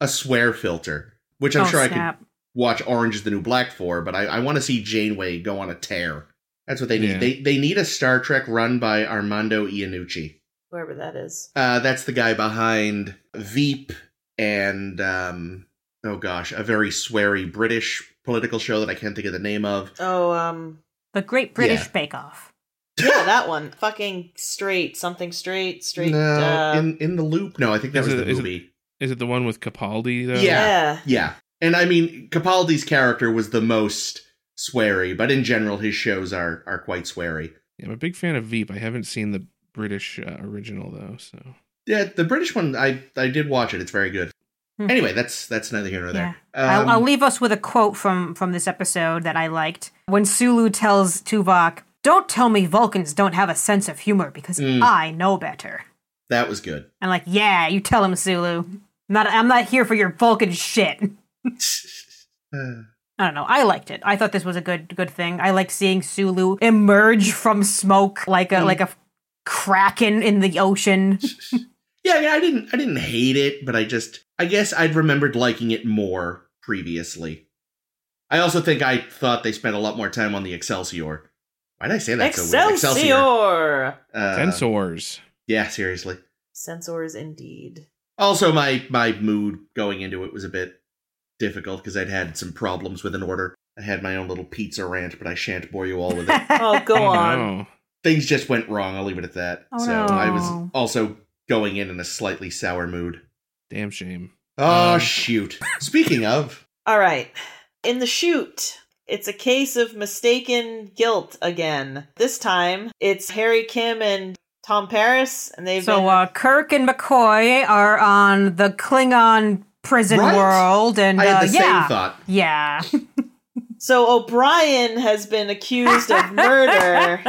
[SPEAKER 3] a swear filter, which I'm
[SPEAKER 4] Oh,
[SPEAKER 3] sure I could
[SPEAKER 4] snap.
[SPEAKER 3] watch Orange is the New Black for, but I, I want to see Janeway go on a tear. That's what they need.
[SPEAKER 2] Yeah.
[SPEAKER 3] They they need a Star Trek run by Armando Iannucci.
[SPEAKER 1] Whoever that is.
[SPEAKER 3] Uh, that's the guy behind Veep and um, oh gosh, a very sweary British political show that I can't think of the name of.
[SPEAKER 1] Oh, um,
[SPEAKER 4] The Great British
[SPEAKER 3] Yeah.
[SPEAKER 4] Bake Off.
[SPEAKER 1] yeah, that one. Fucking straight, something straight, straight.
[SPEAKER 3] no,
[SPEAKER 1] uh,
[SPEAKER 3] in in the loop. No, I think that
[SPEAKER 2] Is
[SPEAKER 3] was
[SPEAKER 2] it-
[SPEAKER 3] the
[SPEAKER 2] is it-
[SPEAKER 3] movie.
[SPEAKER 2] Is it the one with Capaldi though?
[SPEAKER 1] yeah.
[SPEAKER 3] Yeah. Yeah. And I mean Capaldi's character was the most sweary, but in general his shows are are quite sweary.
[SPEAKER 2] I'm a big fan of Veep. I haven't seen the British uh, original though, so
[SPEAKER 3] Yeah, the British one I I did watch it. It's very good.
[SPEAKER 4] Hmm.
[SPEAKER 3] Anyway, that's that's neither here nor there.
[SPEAKER 4] I'll,
[SPEAKER 3] Um,
[SPEAKER 4] I'll leave us with a quote from, from this episode that I liked. When Sulu tells Tuvok, Don't tell me Vulcans don't have a sense of humor because
[SPEAKER 3] Mm.
[SPEAKER 4] I know better.
[SPEAKER 3] that was good.
[SPEAKER 4] I'm like, yeah, you tell him, Sulu. Not, I'm not here for your Vulcan shit.
[SPEAKER 3] Uh,
[SPEAKER 4] I don't know. I liked it. I thought this was a good good thing. I liked seeing Sulu emerge from smoke like a
[SPEAKER 3] Mm.
[SPEAKER 4] like a kraken in the ocean.
[SPEAKER 3] yeah, yeah, I didn't I didn't hate it, but I just I guess I'd remembered liking it more previously. I also think I thought they spent a lot more time on the Excelsior. Why did I say that so weird?
[SPEAKER 1] Excelsior!
[SPEAKER 3] Uh,
[SPEAKER 2] Censors.
[SPEAKER 3] Yeah, seriously.
[SPEAKER 1] Censors indeed.
[SPEAKER 3] Also, my my mood going into it was a bit difficult because I'd had some problems with an order. I had my own little pizza rant, but I shan't bore you all with it.
[SPEAKER 1] Oh, go on.
[SPEAKER 2] No.
[SPEAKER 3] Things just went wrong. I'll leave it at that.
[SPEAKER 4] Oh,
[SPEAKER 3] so I was
[SPEAKER 4] no.
[SPEAKER 3] also going in in a slightly sour mood.
[SPEAKER 2] Damn shame.
[SPEAKER 3] Oh
[SPEAKER 2] Um,
[SPEAKER 3] shoot! Speaking of,
[SPEAKER 1] All right. In the shoot, it's a case of mistaken guilt again. This time, it's Harry Kim and Tom Paris, and they've
[SPEAKER 4] so
[SPEAKER 1] been.
[SPEAKER 4] uh, Kirk and McCoy are on the Klingon prison
[SPEAKER 3] Right?
[SPEAKER 4] world, and
[SPEAKER 3] I had
[SPEAKER 4] uh,
[SPEAKER 3] the
[SPEAKER 4] yeah,
[SPEAKER 3] same thought.
[SPEAKER 4] yeah.
[SPEAKER 1] so O'Brien has been accused of murder.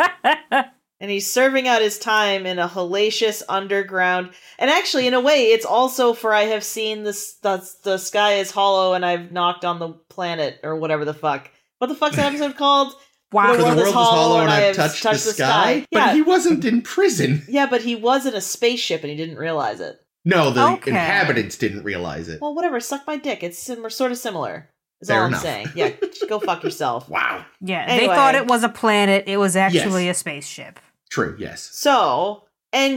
[SPEAKER 1] and he's serving out his time in a hellacious underground and actually in a way it's also for i have seen this the, the sky is hollow and i've knocked on the planet or whatever the fuck what the fuck's that episode called
[SPEAKER 4] wow.
[SPEAKER 1] The
[SPEAKER 3] For the
[SPEAKER 1] world
[SPEAKER 3] world
[SPEAKER 1] is
[SPEAKER 3] is
[SPEAKER 1] hollow
[SPEAKER 3] hollow, and
[SPEAKER 1] and I
[SPEAKER 3] I've
[SPEAKER 1] have
[SPEAKER 3] touched,
[SPEAKER 1] touched
[SPEAKER 3] the
[SPEAKER 1] the
[SPEAKER 3] sky.
[SPEAKER 1] sky.
[SPEAKER 3] But
[SPEAKER 1] Yeah.
[SPEAKER 3] he wasn't in prison.
[SPEAKER 1] yeah but he was in a spaceship and he didn't realize it
[SPEAKER 3] No, the
[SPEAKER 4] Okay.
[SPEAKER 3] inhabitants didn't realize it.
[SPEAKER 1] well whatever suck my dick it's sim- sort of similar is
[SPEAKER 3] Fair
[SPEAKER 1] all
[SPEAKER 3] enough.
[SPEAKER 1] i'm saying yeah go fuck yourself
[SPEAKER 3] wow.
[SPEAKER 4] Yeah,
[SPEAKER 1] Anyway.
[SPEAKER 4] they thought it was a planet. It was actually a spaceship.
[SPEAKER 3] True. Yes.
[SPEAKER 1] So,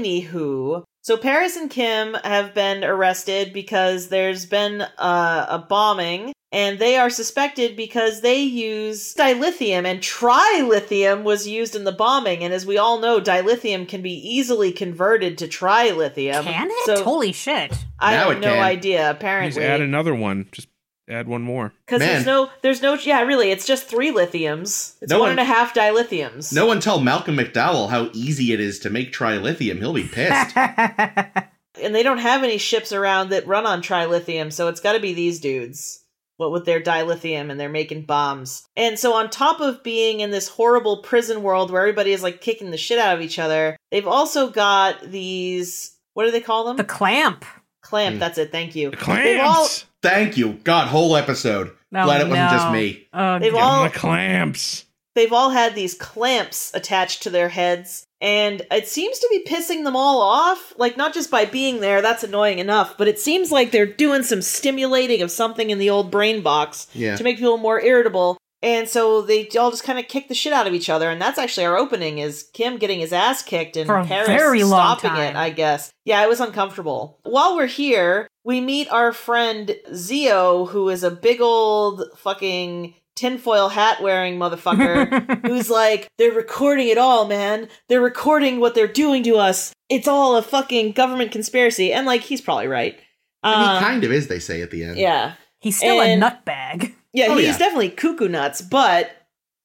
[SPEAKER 1] anywho, so Paris and Kim have been arrested because there's been uh, a bombing, and they are suspected because they use dilithium, and trilithium was used in the bombing. And as we all know, dilithium can be easily converted to trilithium.
[SPEAKER 4] Can it?
[SPEAKER 1] So
[SPEAKER 4] Holy shit!
[SPEAKER 1] I
[SPEAKER 3] Now
[SPEAKER 1] have
[SPEAKER 3] it
[SPEAKER 1] no
[SPEAKER 3] can.
[SPEAKER 1] idea.
[SPEAKER 2] Just
[SPEAKER 1] Apparently,
[SPEAKER 2] add another one. Just add one more.
[SPEAKER 1] because there's
[SPEAKER 3] Man.
[SPEAKER 1] no, there's no, yeah, really, it's just three lithiums. It's
[SPEAKER 3] No
[SPEAKER 1] one
[SPEAKER 3] one-
[SPEAKER 1] and a half dilithiums.
[SPEAKER 3] No one tell Malcolm McDowell how easy it is to make trilithium. He'll be pissed.
[SPEAKER 1] and they don't have any ships around that run on trilithium, so it's got to be these dudes. what with their dilithium and they're making bombs. And so on top of being in this horrible prison world where everybody is like kicking the shit out of each other, they've also got these what do they call them?
[SPEAKER 4] The clamp.
[SPEAKER 3] Hmm.
[SPEAKER 1] clamp, that's it. Thank you.
[SPEAKER 2] The
[SPEAKER 1] They've all
[SPEAKER 2] clamps.
[SPEAKER 3] Thank you. God, whole episode.
[SPEAKER 4] Oh,
[SPEAKER 3] Glad it wasn't just
[SPEAKER 4] no.
[SPEAKER 3] me.
[SPEAKER 4] Oh,
[SPEAKER 1] They've
[SPEAKER 4] God.
[SPEAKER 1] all-
[SPEAKER 2] the clamps.
[SPEAKER 1] they've all had these clamps attached to their heads and it seems to be pissing them all off like not just by being there that's annoying enough but it seems like they're doing some stimulating of something in the old brain box
[SPEAKER 3] Yeah.
[SPEAKER 1] to make people more irritable and so they all just kind of kick the shit out of each other and that's actually our opening is kim getting his ass kicked in
[SPEAKER 4] For a
[SPEAKER 1] paris
[SPEAKER 4] very long
[SPEAKER 1] stopping it
[SPEAKER 4] time.
[SPEAKER 1] i guess yeah it was uncomfortable while we're here we meet our friend zio who is a big old fucking tinfoil hat wearing motherfucker who's like, they're recording it all, man. They're recording what they're doing to us. It's all a fucking government conspiracy. And like, he's probably right.
[SPEAKER 3] I
[SPEAKER 1] Um,
[SPEAKER 3] mean, kind of is, they say at the end.
[SPEAKER 1] yeah.
[SPEAKER 4] He's still
[SPEAKER 1] And-
[SPEAKER 4] a nutbag.
[SPEAKER 1] Yeah,
[SPEAKER 3] Oh,
[SPEAKER 1] he's
[SPEAKER 3] yeah.
[SPEAKER 1] definitely cuckoo nuts, but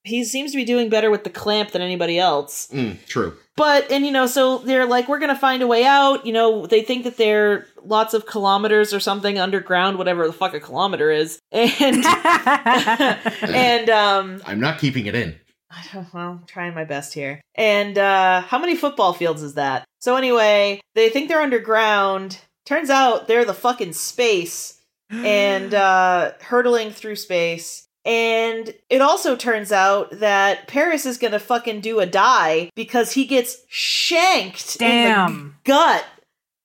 [SPEAKER 1] he seems to be doing better with the clamp than anybody else.
[SPEAKER 3] Mm, true.
[SPEAKER 1] But and you know, so they're like, we're gonna find a way out. You know, they think that they're lots of kilometers or something underground, whatever the fuck a kilometer is, and and um,
[SPEAKER 3] I'm not keeping it in.
[SPEAKER 1] I don't know. I'm trying my best here. And uh, how many football fields is that? So anyway, they think they're underground. Turns out they're the fucking space and uh, hurtling through space. And it also turns out that Paris is gonna fucking do a die because he gets shanked in
[SPEAKER 4] Damn.
[SPEAKER 1] the gut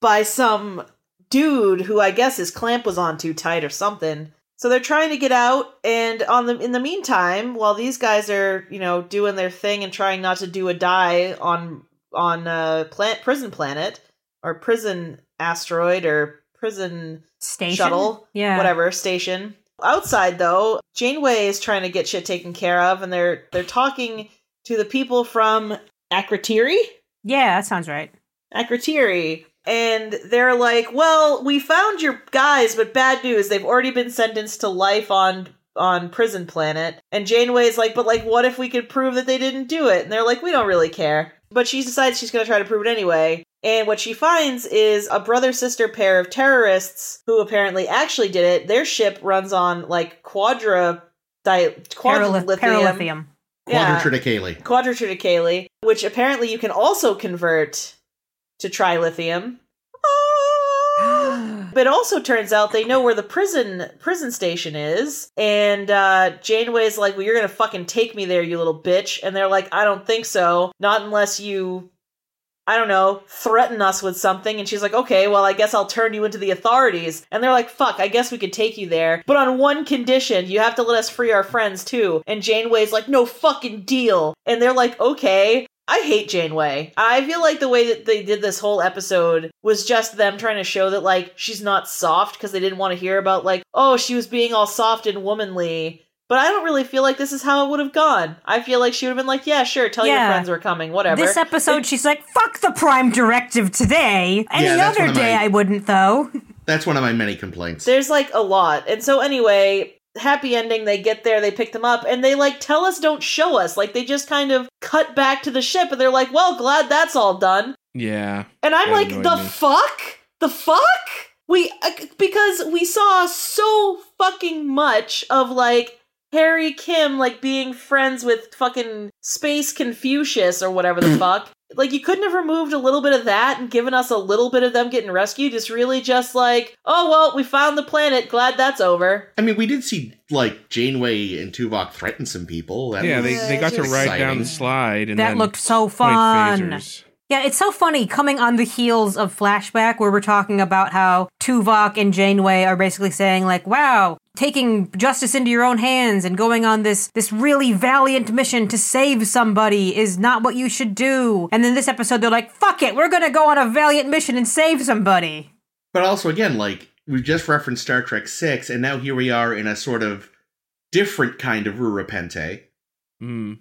[SPEAKER 1] by some dude who I guess his clamp was on too tight or something. So they're trying to get out, and on the in the meantime, while these guys are you know doing their thing and trying not to do a die on on uh, plant prison planet or prison asteroid or prison
[SPEAKER 4] Station.
[SPEAKER 1] Shuttle,
[SPEAKER 4] Yeah.
[SPEAKER 1] whatever station. Outside though, Janeway is trying to get shit taken care of, and they're they're talking to the people from Akrotiri.
[SPEAKER 4] Yeah, that sounds right.
[SPEAKER 1] Akrotiri. And they're like, well, we found your guys, but bad news. They've already been sentenced to life on on prison planet. And Janeway's like, but like, what if we could prove that they didn't do it? And they're like, we don't really care. But she decides she's going to try to prove it anyway. And what she finds is a brother sister pair of terrorists who apparently actually did it. Their ship runs on like quadra di-
[SPEAKER 4] Paralith-
[SPEAKER 1] quadrilithium.
[SPEAKER 4] Paralithium.
[SPEAKER 1] Yeah.
[SPEAKER 3] Quadratriticale.
[SPEAKER 1] Quadratriticale, which apparently you can also convert to trilithium. Ah. But it also turns out they know where the prison prison station is, and uh, Janeway's like, "Well, you're gonna fucking take me there, you little bitch," and they're like, "I don't think so, not unless you." I don't know, threaten us with something. And she's like, okay, well, I guess I'll turn you into the authorities. And they're like, fuck, I guess we could take you there. But on one condition, you have to let us free our friends too. And Janeway's like, no fucking deal. And they're like, okay. I hate Janeway. I feel like the way that they did this whole episode was just them trying to show that, like, she's not soft because they didn't want to hear about, like, oh, she was being all soft and womanly. But I don't really feel like this is how it would have gone. I feel like she would have been like, yeah, sure, tell your
[SPEAKER 4] Yeah.
[SPEAKER 1] friends we're coming, whatever.
[SPEAKER 4] This episode, she's like, "Fuck the Prime Directive today." Any
[SPEAKER 3] Yeah, that's
[SPEAKER 4] other
[SPEAKER 3] one of
[SPEAKER 4] day,
[SPEAKER 3] my-
[SPEAKER 4] I wouldn't though.
[SPEAKER 3] That's one of my many complaints.
[SPEAKER 1] There's like a lot. And so anyway, happy ending, they get there, they pick them up, and they like tell us don't show us. Like they just kind of cut back to the ship and they're like, Well, glad that's all done.
[SPEAKER 2] Yeah.
[SPEAKER 1] And I'm
[SPEAKER 2] That
[SPEAKER 1] like,
[SPEAKER 2] annoyed
[SPEAKER 1] the
[SPEAKER 2] me.
[SPEAKER 1] fuck? The fuck? We uh, because we saw so fucking much of like Harry Kim like being friends with fucking Space Confucius or whatever the fuck. Like you couldn't have removed a little bit of that and given us a little bit of them getting rescued. It's really just like, oh well, we found the planet. Glad that's over.
[SPEAKER 3] I mean, we did see, like, Janeway and Tuvok threaten some people. That
[SPEAKER 2] yeah,
[SPEAKER 3] was-
[SPEAKER 2] they, they got to
[SPEAKER 3] Exciting.
[SPEAKER 2] ride down the slide and
[SPEAKER 4] that
[SPEAKER 2] then
[SPEAKER 4] looked so
[SPEAKER 2] point
[SPEAKER 4] fun.
[SPEAKER 2] phasers.
[SPEAKER 4] Yeah, it's so funny coming on the heels of flashback where we're talking about how Tuvok and Janeway are basically saying like, "Wow, taking justice into your own hands and going on this this really valiant mission to save somebody is not what you should do." And then this episode they're like, "Fuck it, we're going to go on a valiant mission and save somebody."
[SPEAKER 3] But also, again, like we've just referenced Star Trek Six, and now here we are in a sort of different kind of Rurapente.
[SPEAKER 2] Mm.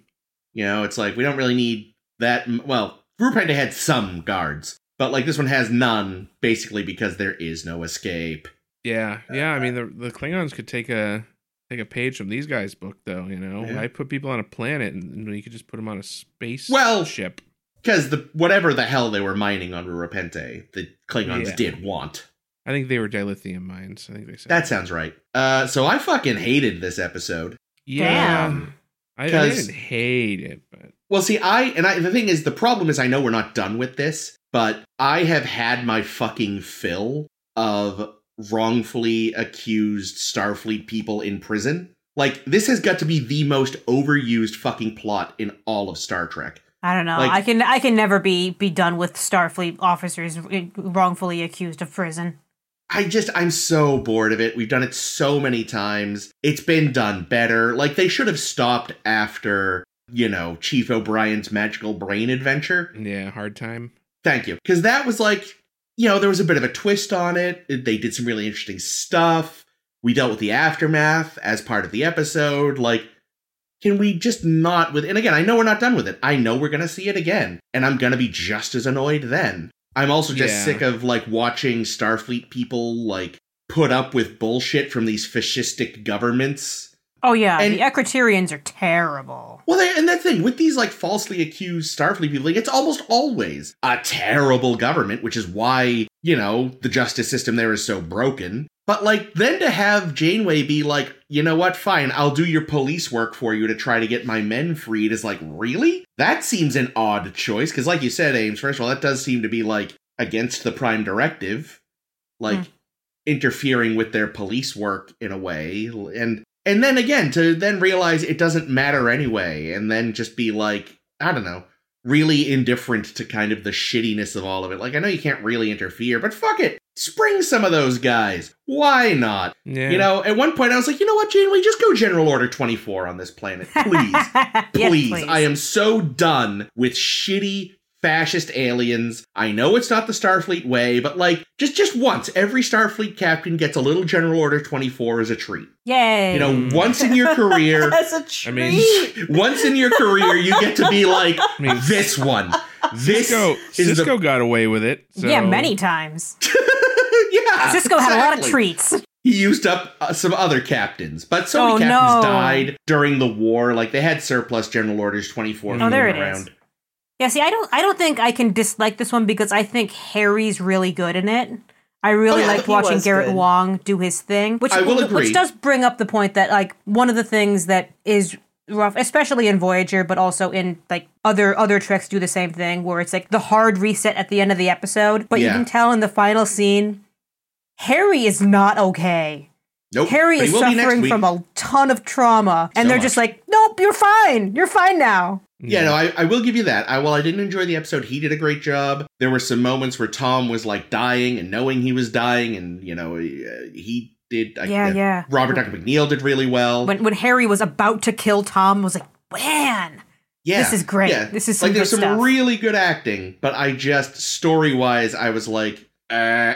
[SPEAKER 3] You know, it's like we don't really need that. m- Well, Rurapente had some guards, but like this one has none, basically because there is no escape.
[SPEAKER 2] Yeah. Yeah. I mean, the the Klingons could take a take a page from these guys' book, though. You know,
[SPEAKER 3] Yeah.
[SPEAKER 2] I put people on a planet, and, and you could just put them on a space
[SPEAKER 3] Well-
[SPEAKER 2] ship.
[SPEAKER 3] Because the whatever the hell they were mining on Rurapente, the Klingons
[SPEAKER 2] Yeah.
[SPEAKER 3] did want.
[SPEAKER 2] I think they were dilithium mines. I think they said
[SPEAKER 3] That sounds right. Uh, so I fucking hated this episode.
[SPEAKER 2] yeah.
[SPEAKER 4] Damn.
[SPEAKER 2] Um, I, I
[SPEAKER 3] 'Cause-
[SPEAKER 2] didn't hate it, but
[SPEAKER 3] Well, see, I and I the thing is the problem is I know we're not done with this, but I have had my fucking fill of wrongfully accused Starfleet people in prison. Like this has got to be the most overused fucking plot in all of Star Trek.
[SPEAKER 4] I don't know.
[SPEAKER 3] Like-
[SPEAKER 4] I can I can never be be done with Starfleet officers eh, wrongfully accused of prison.
[SPEAKER 3] I just I'm so bored of it. We've done it so many times. It's been done better. Like they should have stopped after, you know, Chief O'Brien's magical brain adventure.
[SPEAKER 2] yeah, hard time.
[SPEAKER 3] Thank you. Cuz that was like, you know, there was a bit of a twist on it. They did some really interesting stuff. We dealt with the aftermath as part of the episode. Like can we just not with and again, I know we're not done with it. I know we're going to see it again and I'm going to be just as annoyed then. I'm also just
[SPEAKER 2] Yeah.
[SPEAKER 3] sick of like watching Starfleet people like put up with bullshit from these fascistic governments.
[SPEAKER 4] Oh yeah,
[SPEAKER 3] And-
[SPEAKER 4] the Ecriterians are terrible.
[SPEAKER 3] Well, that, and that thing with these like falsely accused Starfleet people, like, it's almost always a terrible government, which is why you know the justice system there is so broken. But like, then to have Janeway be like, you know what, fine, I'll do your police work for you to try to get my men freed is like, really? That seems an odd choice because, like you said, Ames, first of all, that does seem to be like against the Prime Directive, like
[SPEAKER 4] Hmm.
[SPEAKER 3] interfering with their police work in a way, and and then again to then realize it doesn't matter anyway and then just be like i don't know really indifferent to kind of the shittiness of all of it like i know you can't really interfere but fuck it spring some of those guys why not
[SPEAKER 2] Yeah.
[SPEAKER 3] you know at one point i was like you know what janeway just go general order 24 on this planet please
[SPEAKER 4] yes,
[SPEAKER 3] please. I am so done with shitty fascist aliens. I know it's not the Starfleet way, but like just just once, every Starfleet captain gets a little General Order 24 as a treat.
[SPEAKER 4] Yay!
[SPEAKER 3] You know,
[SPEAKER 2] Mm.
[SPEAKER 3] once in your career,
[SPEAKER 1] That's a treat.
[SPEAKER 2] I mean-
[SPEAKER 3] once in your career, you get to be like
[SPEAKER 2] I mean,
[SPEAKER 3] this one. This
[SPEAKER 2] Cisco,
[SPEAKER 3] is the-
[SPEAKER 2] Cisco got away with it. So.
[SPEAKER 4] yeah, many times.
[SPEAKER 3] yeah.
[SPEAKER 4] Cisco had a
[SPEAKER 3] Ah,
[SPEAKER 4] lot of
[SPEAKER 3] exactly.
[SPEAKER 4] treats.
[SPEAKER 3] He used up uh, some other captains, but so many
[SPEAKER 4] Oh,
[SPEAKER 3] captains
[SPEAKER 4] no.
[SPEAKER 3] died during the war. Like they had surplus General Orders 24.
[SPEAKER 2] Oh, there
[SPEAKER 4] it
[SPEAKER 3] floating
[SPEAKER 4] is.
[SPEAKER 3] around.
[SPEAKER 4] Yeah, see, I don't, I don't think I can dislike this one because I think Harry's really good in it. I really
[SPEAKER 3] Oh, yeah,
[SPEAKER 4] like
[SPEAKER 1] he
[SPEAKER 4] watching
[SPEAKER 1] was
[SPEAKER 4] Garrett
[SPEAKER 1] good.
[SPEAKER 4] Wong do his thing, which
[SPEAKER 3] I will agree.
[SPEAKER 4] which does bring up the point that like one of the things that is rough, especially in Voyager, but also in like other other treks do the same thing where it's like the hard reset at the end of the episode, but you
[SPEAKER 3] Yeah.
[SPEAKER 4] can tell in the final scene, Harry is not okay.
[SPEAKER 3] Nope.
[SPEAKER 4] Harry
[SPEAKER 3] but
[SPEAKER 4] is
[SPEAKER 3] he Oh, will be next
[SPEAKER 4] suffering
[SPEAKER 3] week.
[SPEAKER 4] from a ton of trauma, and
[SPEAKER 3] So
[SPEAKER 4] they're
[SPEAKER 3] much.
[SPEAKER 4] just like, "Nope, you're fine. You're fine now."
[SPEAKER 3] Yeah, no, I, I will give you that. I while I didn't enjoy the episode, he did a great job. There were some moments where Tom was like dying and knowing he was dying, and you know uh, he did. I-
[SPEAKER 4] Yeah,
[SPEAKER 3] uh,
[SPEAKER 4] yeah.
[SPEAKER 3] Robert Duncan McNeil did really well.
[SPEAKER 4] when when Harry was about to kill Tom, I was like, man,
[SPEAKER 3] yeah,
[SPEAKER 4] this is great.
[SPEAKER 3] Yeah.
[SPEAKER 4] This is some
[SPEAKER 3] like
[SPEAKER 4] good
[SPEAKER 3] there's some
[SPEAKER 4] stuff.
[SPEAKER 3] really good acting, but I just story wise, I was like, uh,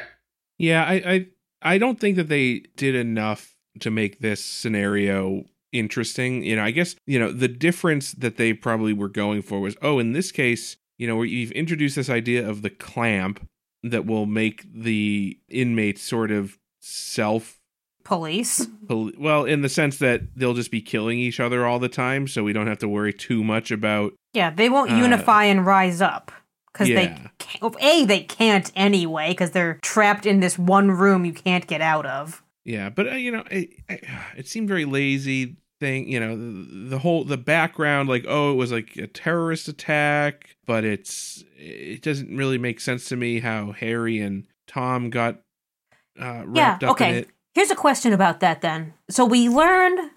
[SPEAKER 2] Yeah, I, I I don't think that they did enough to make this scenario interesting. You know, I guess, you know, the difference that they probably were going for was, oh, in this case, you know, where you've introduced this idea of the clamp that will make the inmates sort of self
[SPEAKER 4] Police.
[SPEAKER 2] poli- well, in the sense that they'll just be killing each other all the time, so we don't have to worry too much about
[SPEAKER 4] Yeah, they won't
[SPEAKER 2] Uh,
[SPEAKER 4] unify and rise up because
[SPEAKER 2] Yeah.
[SPEAKER 4] they can't, well, a they can't anyway because they're trapped in this one room you can't get out of.
[SPEAKER 2] Yeah, but uh, you know, it, it it seemed very lazy thing. You know, the, the whole the background, like oh, it was like a terrorist attack, but it's it doesn't really make sense to me how Harry and Tom got uh, wrapped
[SPEAKER 4] yeah.
[SPEAKER 2] up in
[SPEAKER 4] Okay.
[SPEAKER 2] it.
[SPEAKER 4] Here's a question about that then. So we learned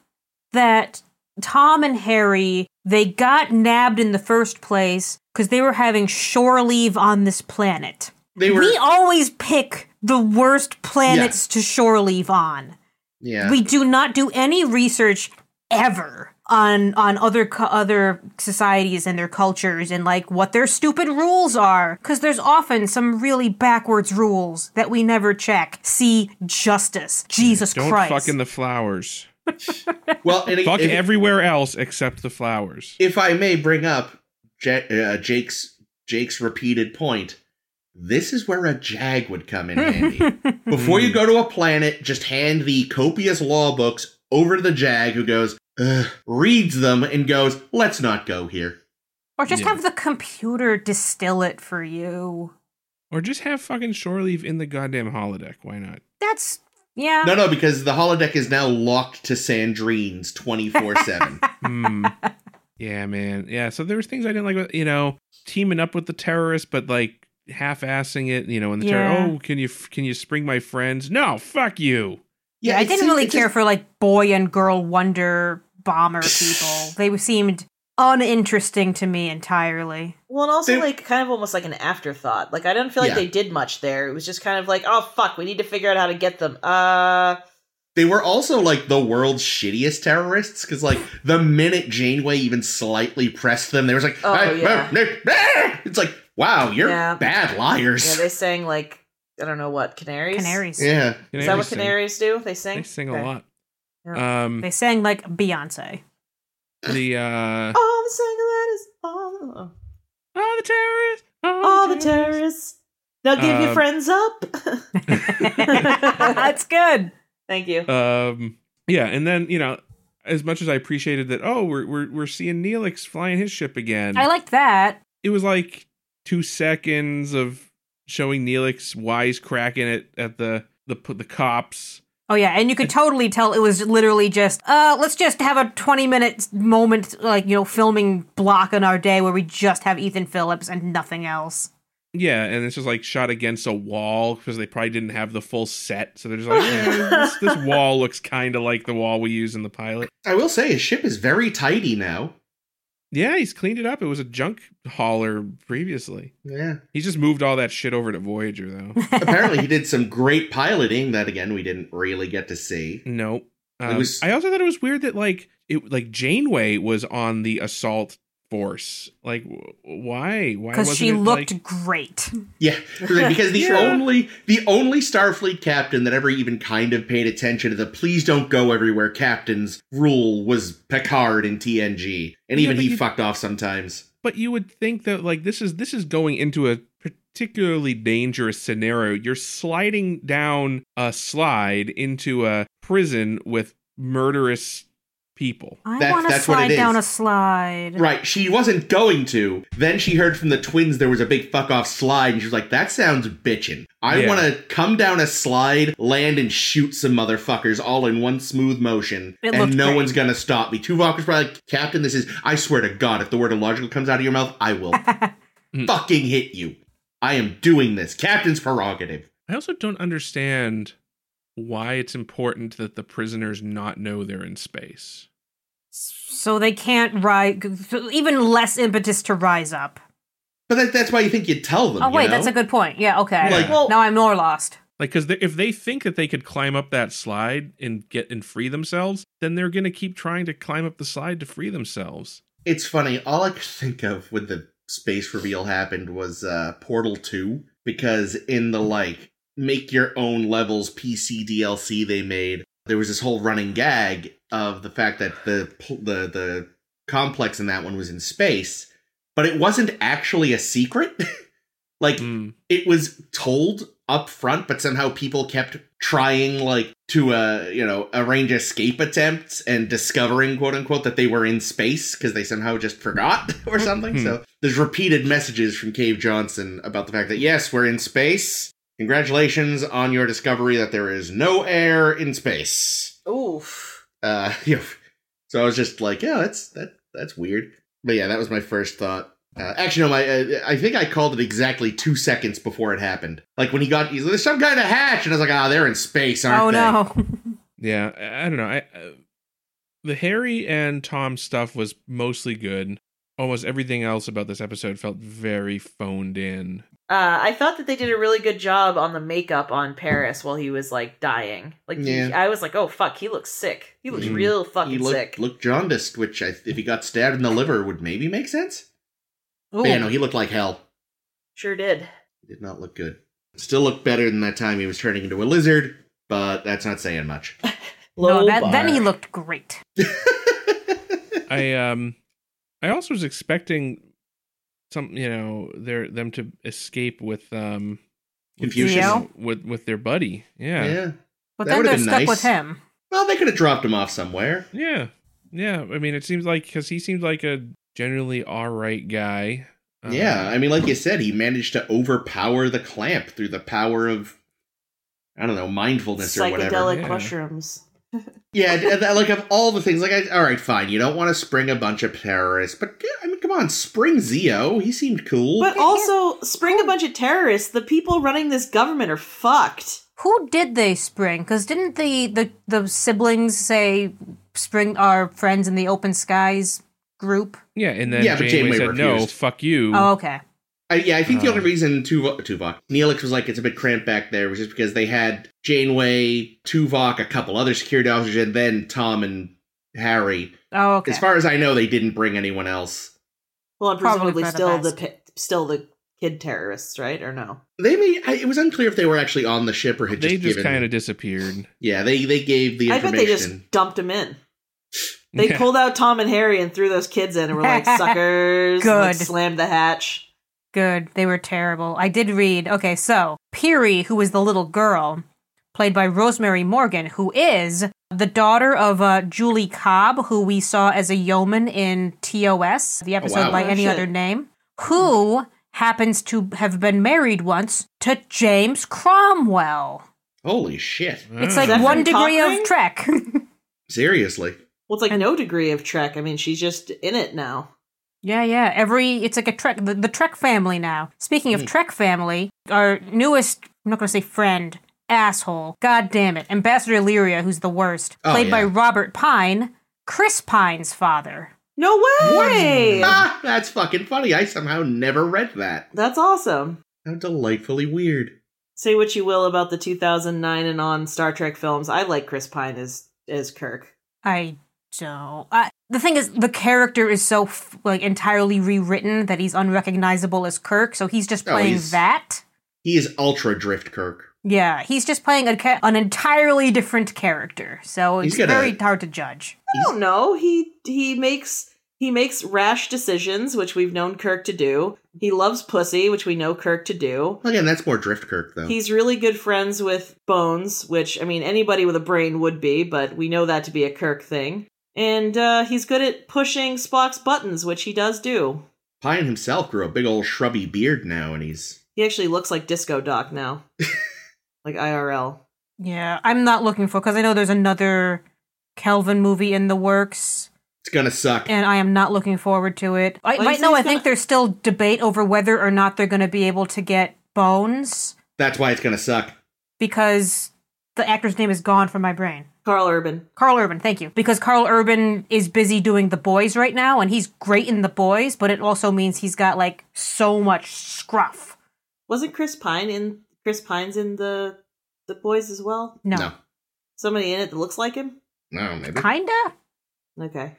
[SPEAKER 4] that Tom and Harry they got nabbed in the first place because they were having shore leave on this planet.
[SPEAKER 3] they were,
[SPEAKER 4] we always pick the worst planets to shore leave on.
[SPEAKER 3] yeah,
[SPEAKER 4] We do not do any research ever on on other cu- other societies and their cultures and like what their stupid rules are cuz there's often some really backwards rules that we never check. See justice. Jesus
[SPEAKER 2] Don't
[SPEAKER 4] Christ.
[SPEAKER 2] fuck in the flowers.
[SPEAKER 3] well, and
[SPEAKER 2] Fuck
[SPEAKER 3] if,
[SPEAKER 2] everywhere else except the flowers.
[SPEAKER 3] if I may bring up Ja uh, Jake's Jake's repeated point, this is where a jag would come in handy. Before you go to a planet, just hand the copious law books over to the jag who goes, Ugh, reads them, and goes, let's not go here.
[SPEAKER 4] or just
[SPEAKER 2] Yeah.
[SPEAKER 4] have the computer distill it for you.
[SPEAKER 2] Or just have fucking shore leave in the goddamn holodeck. Why not?
[SPEAKER 4] That's yeah.
[SPEAKER 3] No, no, because the holodeck is now locked to Sandrine's 24 7.
[SPEAKER 2] Hmm. yeah, man. Yeah. So there was things I didn't like. About, you know, teaming up with the terrorists, but like half-assing it. You know, and the
[SPEAKER 4] Yeah.
[SPEAKER 2] terror. Oh, can you can you spring my friends? No, fuck you.
[SPEAKER 4] Yeah, I
[SPEAKER 3] it
[SPEAKER 4] didn't
[SPEAKER 3] seemed-
[SPEAKER 4] really
[SPEAKER 3] it
[SPEAKER 4] care
[SPEAKER 3] just-
[SPEAKER 4] for like boy and girl wonder bomber people. They seemed uninteresting to me entirely.
[SPEAKER 1] Well, and also
[SPEAKER 3] They-
[SPEAKER 1] like kind of almost like an afterthought. Like I didn't feel like
[SPEAKER 3] Yeah.
[SPEAKER 1] they did much there. It was just kind of like, oh fuck, we need to figure out how to get them. Uh,
[SPEAKER 3] They were also like the world's shittiest terrorists because, like, the minute Janeway even slightly pressed them, they was like,
[SPEAKER 1] Oh,
[SPEAKER 3] "Ah,
[SPEAKER 1] yeah.
[SPEAKER 3] ah, ah." it's like, wow, you're
[SPEAKER 1] Yeah.
[SPEAKER 3] bad
[SPEAKER 1] yeah,
[SPEAKER 3] liars.
[SPEAKER 1] they sang like I don't know what canaries.
[SPEAKER 4] Canaries.
[SPEAKER 3] Yeah.
[SPEAKER 1] Is that what
[SPEAKER 2] Sing.
[SPEAKER 1] canaries do? They sing.
[SPEAKER 2] They sing a
[SPEAKER 1] Okay.
[SPEAKER 2] lot.
[SPEAKER 1] Yeah.
[SPEAKER 2] Um,
[SPEAKER 4] They sang like Beyonce.
[SPEAKER 2] the uh,
[SPEAKER 1] All the single that is all. oh.
[SPEAKER 2] all the terrorists, all,
[SPEAKER 1] All the terrorists. They'll give
[SPEAKER 2] Um,
[SPEAKER 1] you friends up.
[SPEAKER 4] That's good.
[SPEAKER 1] Thank you.
[SPEAKER 2] Um, yeah, and then you know, as much as I appreciated that, oh, we're we're we're seeing Neelix flying his ship again.
[SPEAKER 4] I liked that.
[SPEAKER 2] it was like two seconds of showing Neelix wisecracking it at the the p- the cops.
[SPEAKER 4] Oh yeah, and you could totally tell it was literally just uh let's just have a 20 minute moment like you know filming block in our day where we just have Ethan Phillips and nothing else.
[SPEAKER 2] Yeah, and it's just like shot against a wall because they probably didn't have the full set, so they're just like, eh, this, this wall looks kind of like the wall we use in the pilot.
[SPEAKER 3] I will say his ship is very tidy now.
[SPEAKER 2] Yeah, he's cleaned it up. It was a junk hauler previously.
[SPEAKER 3] Yeah.
[SPEAKER 2] He's just moved all that shit over to Voyager though.
[SPEAKER 3] Apparently, he did some great piloting that, again, we didn't really get to see.
[SPEAKER 2] nope.
[SPEAKER 3] It
[SPEAKER 2] Um,
[SPEAKER 3] was-
[SPEAKER 2] I also thought it was weird that like it like Janeway was on the assault force. Like w- why? Why?
[SPEAKER 4] Cuz
[SPEAKER 2] wasn't
[SPEAKER 4] she
[SPEAKER 2] it,
[SPEAKER 4] looked
[SPEAKER 2] like-
[SPEAKER 4] great.
[SPEAKER 3] Yeah, because the
[SPEAKER 2] Yeah.
[SPEAKER 3] only the only Starfleet captain that ever even kind of paid attention to the "please don't go everywhere" captain's rule was Picard in TNG, and
[SPEAKER 2] Yeah,
[SPEAKER 3] even
[SPEAKER 2] but
[SPEAKER 3] he
[SPEAKER 2] you-
[SPEAKER 3] fucked off sometimes.
[SPEAKER 2] but you would think that like this is this is going into a particularly dangerous scenario you're sliding down a slide into a prison with murderous people
[SPEAKER 4] I
[SPEAKER 3] That-
[SPEAKER 4] want to
[SPEAKER 3] that's what it
[SPEAKER 4] slide
[SPEAKER 3] is.
[SPEAKER 4] down a slide.
[SPEAKER 3] Right, she wasn't going to. Then she heard from the twins there was a big fuck off slide, and she was like, "That sounds bitchin'. I
[SPEAKER 2] Yeah.
[SPEAKER 3] want to come down a slide, land, and shoot some motherfuckers all in one smooth motion,
[SPEAKER 4] It looked
[SPEAKER 3] and no
[SPEAKER 4] great.
[SPEAKER 3] one's gonna stop me." Tuvok was probably like, "Captain, this is. I swear to God, if the word illogical comes out of your mouth, I will fucking hit you. I am doing this. Captain's prerogative."
[SPEAKER 2] i also don't understand why it's important that the prisoners not know they're in space
[SPEAKER 4] so they can't rise even less impetus to rise up
[SPEAKER 3] But that, that's why you think you'd tell them.
[SPEAKER 4] oh
[SPEAKER 3] you
[SPEAKER 4] wait
[SPEAKER 3] know?
[SPEAKER 4] that's a good point yeah okay
[SPEAKER 2] Like-
[SPEAKER 1] Well-
[SPEAKER 4] now i'm more lost
[SPEAKER 2] like because if they think that they could climb up that slide and get and free themselves then they're gonna keep trying to climb up the slide to free themselves
[SPEAKER 3] It's funny. All I could think of when the space reveal happened was uh, Portal 2, because in the like make your own levels PC DLC they made, there was this whole running gag of the fact that the pl- the the complex in that one was in space, but it wasn't actually a secret. like
[SPEAKER 2] Hmm.
[SPEAKER 3] it was told up front but somehow people kept trying like to uh you know arrange escape attempts and discovering quote unquote that they were in space because they somehow just forgot or something so there's repeated messages from cave johnson about the fact that yes we're in space congratulations on your discovery that there is no air in space
[SPEAKER 1] Oof.
[SPEAKER 3] uh you know, so i was just like yeah that's that that's weird but yeah that was my first thought uh, actually no my uh, i think i called it exactly two seconds before it happened like when he got he's, there's some kind of hatch and i was like ah they're in space aren't
[SPEAKER 4] oh
[SPEAKER 3] they
[SPEAKER 4] no
[SPEAKER 2] Yeah, I, I don't know. I, uh, the Harry and Tom stuff was mostly good. Almost everything else about this episode felt very phoned in.
[SPEAKER 1] Uh, I thought that they did a really good job on the makeup on Paris while he was like dying. Like he-
[SPEAKER 3] Yeah.
[SPEAKER 1] I was like, oh fuck, he looks sick. He looks
[SPEAKER 2] Mm.
[SPEAKER 1] real fucking
[SPEAKER 3] he looked,
[SPEAKER 1] sick.
[SPEAKER 3] looked jaundiced which I, if he got stabbed in the liver would maybe make sense
[SPEAKER 4] Ooh.
[SPEAKER 3] but yeah no he looked like hell
[SPEAKER 1] sure did.
[SPEAKER 3] He did not look good still looked better than that time he was turning into a lizard but that's not saying much
[SPEAKER 4] No,
[SPEAKER 1] Low
[SPEAKER 4] that-
[SPEAKER 1] bar.
[SPEAKER 4] then he looked great
[SPEAKER 2] I um, I also was expecting some, you know, their them to escape with um, with-
[SPEAKER 3] Confucius.
[SPEAKER 4] Neo?
[SPEAKER 2] with with their buddy. Yeah, yeah,
[SPEAKER 3] yeah
[SPEAKER 4] but
[SPEAKER 3] That
[SPEAKER 4] then
[SPEAKER 3] would've
[SPEAKER 4] they're
[SPEAKER 3] been
[SPEAKER 4] stuck
[SPEAKER 3] nice.
[SPEAKER 4] with him
[SPEAKER 3] well they could have dropped him off somewhere
[SPEAKER 2] yeah. I mean, it seems like because he seems like a generally all right guy. Um,
[SPEAKER 3] yeah, I mean, like you said, he managed to overpower the clamp through the power of, I don't know, mindfulness or whatever.
[SPEAKER 1] Psychedelic
[SPEAKER 2] Yeah.
[SPEAKER 1] mushrooms.
[SPEAKER 3] Yeah, d- that- like of all the things, like, I, all right, fine, you don't want to spring a bunch of terrorists, but yeah, I mean, come on, spring Zeo. He seemed cool.
[SPEAKER 1] But also, spring a bunch of terrorists. The people running this government are fucked.
[SPEAKER 4] Who did they spring? Because didn't the, the the siblings say spring our friends in the open skies group?
[SPEAKER 2] yeah, and then
[SPEAKER 3] Yeah, but
[SPEAKER 2] Janeway
[SPEAKER 3] Janeway
[SPEAKER 2] said, "No,
[SPEAKER 3] refused.
[SPEAKER 2] fuck you."
[SPEAKER 4] Oh, okay.
[SPEAKER 3] I, yeah, I think the
[SPEAKER 2] Uh.
[SPEAKER 3] only reason Tuvok, Tuvok Neelix was like it's a bit cramped back there was just because they had Janeway, Tuvok, a couple other security officers, and then Tom and Harry.
[SPEAKER 4] Oh, okay.
[SPEAKER 3] As far as I know, they didn't bring anyone else.
[SPEAKER 1] Well, and
[SPEAKER 4] Probably
[SPEAKER 1] presumably
[SPEAKER 4] for the
[SPEAKER 1] still the
[SPEAKER 4] best.
[SPEAKER 1] pi- still the kid terrorists, right? Or no?
[SPEAKER 3] They may. I, it was unclear if they were actually on the ship or had
[SPEAKER 2] they
[SPEAKER 3] just,
[SPEAKER 2] just
[SPEAKER 3] given.
[SPEAKER 2] kind of disappeared.
[SPEAKER 3] yeah, they they gave the
[SPEAKER 1] I
[SPEAKER 3] information.
[SPEAKER 1] bet they just dumped them in. They
[SPEAKER 2] Yeah.
[SPEAKER 1] pulled out Tom and Harry and threw those kids in and were like, suckers. and, like,
[SPEAKER 4] Good.
[SPEAKER 1] slammed the hatch.
[SPEAKER 4] Good. They were terrible. I did read. Okay, so Peary, who was the little girl, played by Rosemary Morgan, who is the daughter of uh, Julie Cobb, who we saw as a yeoman in TOS, the episode
[SPEAKER 3] wow.
[SPEAKER 4] by
[SPEAKER 1] Oh,
[SPEAKER 4] any
[SPEAKER 1] shit.
[SPEAKER 4] other name, who happens to have been married once to James Cromwell.
[SPEAKER 3] Holy shit!
[SPEAKER 4] It's
[SPEAKER 2] Ah.
[SPEAKER 4] like
[SPEAKER 1] Is that from
[SPEAKER 4] one degree
[SPEAKER 1] Cochrane?
[SPEAKER 4] of Trek.
[SPEAKER 3] Seriously,
[SPEAKER 1] Well, it's like no degree of Trek. I mean, she's just in it now.
[SPEAKER 4] Yeah, yeah. Every it's like a Trek, the, the Trek family now. Speaking of
[SPEAKER 3] Mm.
[SPEAKER 4] Trek family, our newest, I'm not going to say friend, asshole, god damn it, Ambassador Illyria, who's the worst,
[SPEAKER 3] Oh,
[SPEAKER 4] played by
[SPEAKER 3] yeah.
[SPEAKER 4] Robert Pine, Chris Pine's father.
[SPEAKER 1] No way!
[SPEAKER 3] ah, that's fucking funny. I somehow never read that.
[SPEAKER 1] That's awesome.
[SPEAKER 3] How delightfully weird.
[SPEAKER 1] Say what you will about the 2009 and on Star Trek films. I like Chris Pine as as Kirk.
[SPEAKER 4] I don't. I, the thing is, the character is so f- like entirely rewritten that he's unrecognizable as Kirk. So he's just
[SPEAKER 3] Oh,
[SPEAKER 4] playing
[SPEAKER 3] he's-
[SPEAKER 4] that.
[SPEAKER 3] He is ultra drift Kirk.
[SPEAKER 4] Yeah, he's just playing a, ca- an entirely different character. So
[SPEAKER 3] He's
[SPEAKER 4] it's
[SPEAKER 3] got a-
[SPEAKER 4] very hard to judge.
[SPEAKER 1] I don't know. He he makes he makes rash decisions, which we've known Kirk to do. He loves pussy, which we know Kirk to do.
[SPEAKER 3] Again, that's more drift Kirk though.
[SPEAKER 1] He's really good friends with Bones, which I mean anybody with a brain would be, but we know that to be a Kirk thing. And uh, he's good at pushing Spock's buttons, which he does do.
[SPEAKER 3] Pine himself grew a big old shrubby beard now, and he's
[SPEAKER 1] He actually looks like Disco Doc now, like IRL.
[SPEAKER 4] Yeah, I'm not looking for because I know there's another Kelvin movie in the works,
[SPEAKER 3] it's gonna suck.
[SPEAKER 4] and I am not looking forward to it. I,
[SPEAKER 1] Well,
[SPEAKER 4] right
[SPEAKER 1] he's-
[SPEAKER 4] now,
[SPEAKER 1] he's
[SPEAKER 4] I think
[SPEAKER 1] gonna-
[SPEAKER 4] there's still debate over whether or not they're going to be able to get Bones
[SPEAKER 3] That's why it's gonna suck.
[SPEAKER 4] because the actor's name is gone from my brain.
[SPEAKER 1] Carl Urban.
[SPEAKER 4] Carl Urban, thank you. Because Carl Urban is busy doing The Boys right now, and he's great in The Boys, but it also means he's got like so much scruff.
[SPEAKER 1] Wasn't Chris Pine in Chris Pine's in the the boys as well?
[SPEAKER 4] No,
[SPEAKER 3] no,
[SPEAKER 1] Somebody in it that looks like him?
[SPEAKER 3] No, maybe.
[SPEAKER 4] kinda.
[SPEAKER 1] Okay.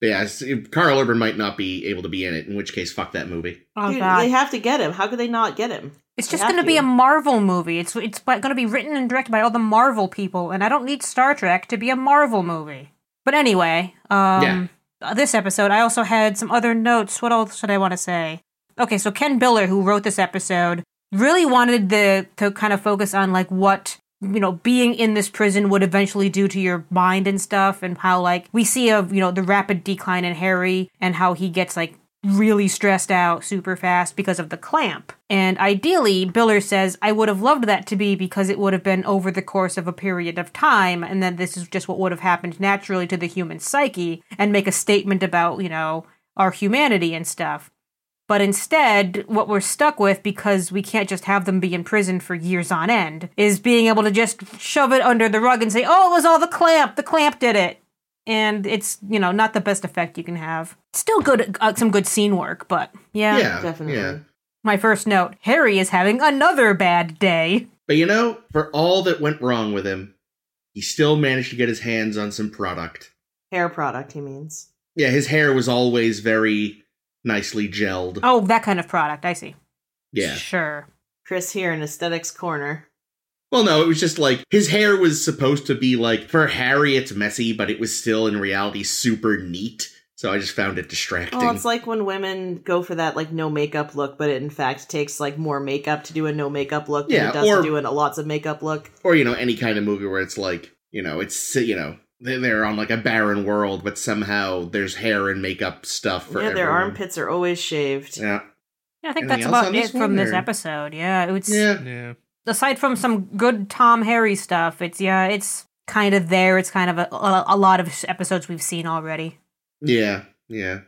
[SPEAKER 3] But yeah, it's- it- Carl Urban might not be able to be in it. In which case, fuck that movie.
[SPEAKER 4] Oh
[SPEAKER 1] Dude,
[SPEAKER 4] god,
[SPEAKER 1] they have to get him. How could they not get him?
[SPEAKER 4] It's
[SPEAKER 1] They
[SPEAKER 4] just
[SPEAKER 1] have
[SPEAKER 4] going to be
[SPEAKER 1] to.
[SPEAKER 4] a Marvel movie. It's it's going to be written and directed by all the Marvel people, and I don't need Star Trek to be a Marvel movie. But anyway, um, this episode, I also had some other notes. What else should I want to say? Okay, so Ken Biller, who wrote this episode, really wanted the to kind of focus on like what you know being in this prison would eventually do to your mind and stuff, and how like we see of you know the rapid decline in Harry and how he gets like really stressed out super fast because of the clamp. And ideally, Biller says, I would have loved that to be because it would have been over the course of a period of time, and then this is just what would have happened naturally to the human psyche, and make a statement about, you know, our humanity and stuff. But instead, what we're stuck with, because we can't just have them be in prison for years on end, is being able to just shove it under the rug and say, oh, it was all the clamp, the clamp did it and it's you know not the best effect you can have. Still good, uh, some good scene work, but yeah.
[SPEAKER 3] yeah,
[SPEAKER 1] definitely.
[SPEAKER 3] Yeah.
[SPEAKER 4] My first note: Harry is having another bad day.
[SPEAKER 3] But you know, for all that went wrong with him, he still managed to get his hands on some product.
[SPEAKER 1] Hair product, he means.
[SPEAKER 3] Yeah, his hair was always very nicely gelled.
[SPEAKER 4] Oh, that kind of product. I see.
[SPEAKER 3] yeah.
[SPEAKER 4] sure.
[SPEAKER 1] Chris here in Aesthetics Corner.
[SPEAKER 3] Well, no, it was just like his hair was supposed to be like for Harry, it's messy, but it was still in reality super neat. So I just found it distracting.
[SPEAKER 1] Well, Oh, it's like when women go for that like no makeup look, but it in fact takes like more makeup to do a no makeup look than
[SPEAKER 3] Yeah,
[SPEAKER 1] it does
[SPEAKER 3] or-
[SPEAKER 1] to do a lots of makeup look.
[SPEAKER 3] or you know any kind of movie where it's like you know it's you know they- they're on like a barren world but somehow there's hair and makeup stuff for
[SPEAKER 1] yeah, their
[SPEAKER 3] everyone.
[SPEAKER 1] armpits are always shaved.
[SPEAKER 3] yeah
[SPEAKER 4] Yeah, I think
[SPEAKER 3] Anything
[SPEAKER 4] that's
[SPEAKER 3] else on
[SPEAKER 4] about
[SPEAKER 3] this
[SPEAKER 4] it from
[SPEAKER 3] one,
[SPEAKER 4] this
[SPEAKER 3] or-
[SPEAKER 4] episode. Yeah, it's
[SPEAKER 3] Yeah.
[SPEAKER 2] Yeah.
[SPEAKER 4] aside from some good Tom Harry stuff. It's yeah, it's kind of there. It's kind of a, a, a lot of episodes we've seen already.
[SPEAKER 3] Yeah. Yeah.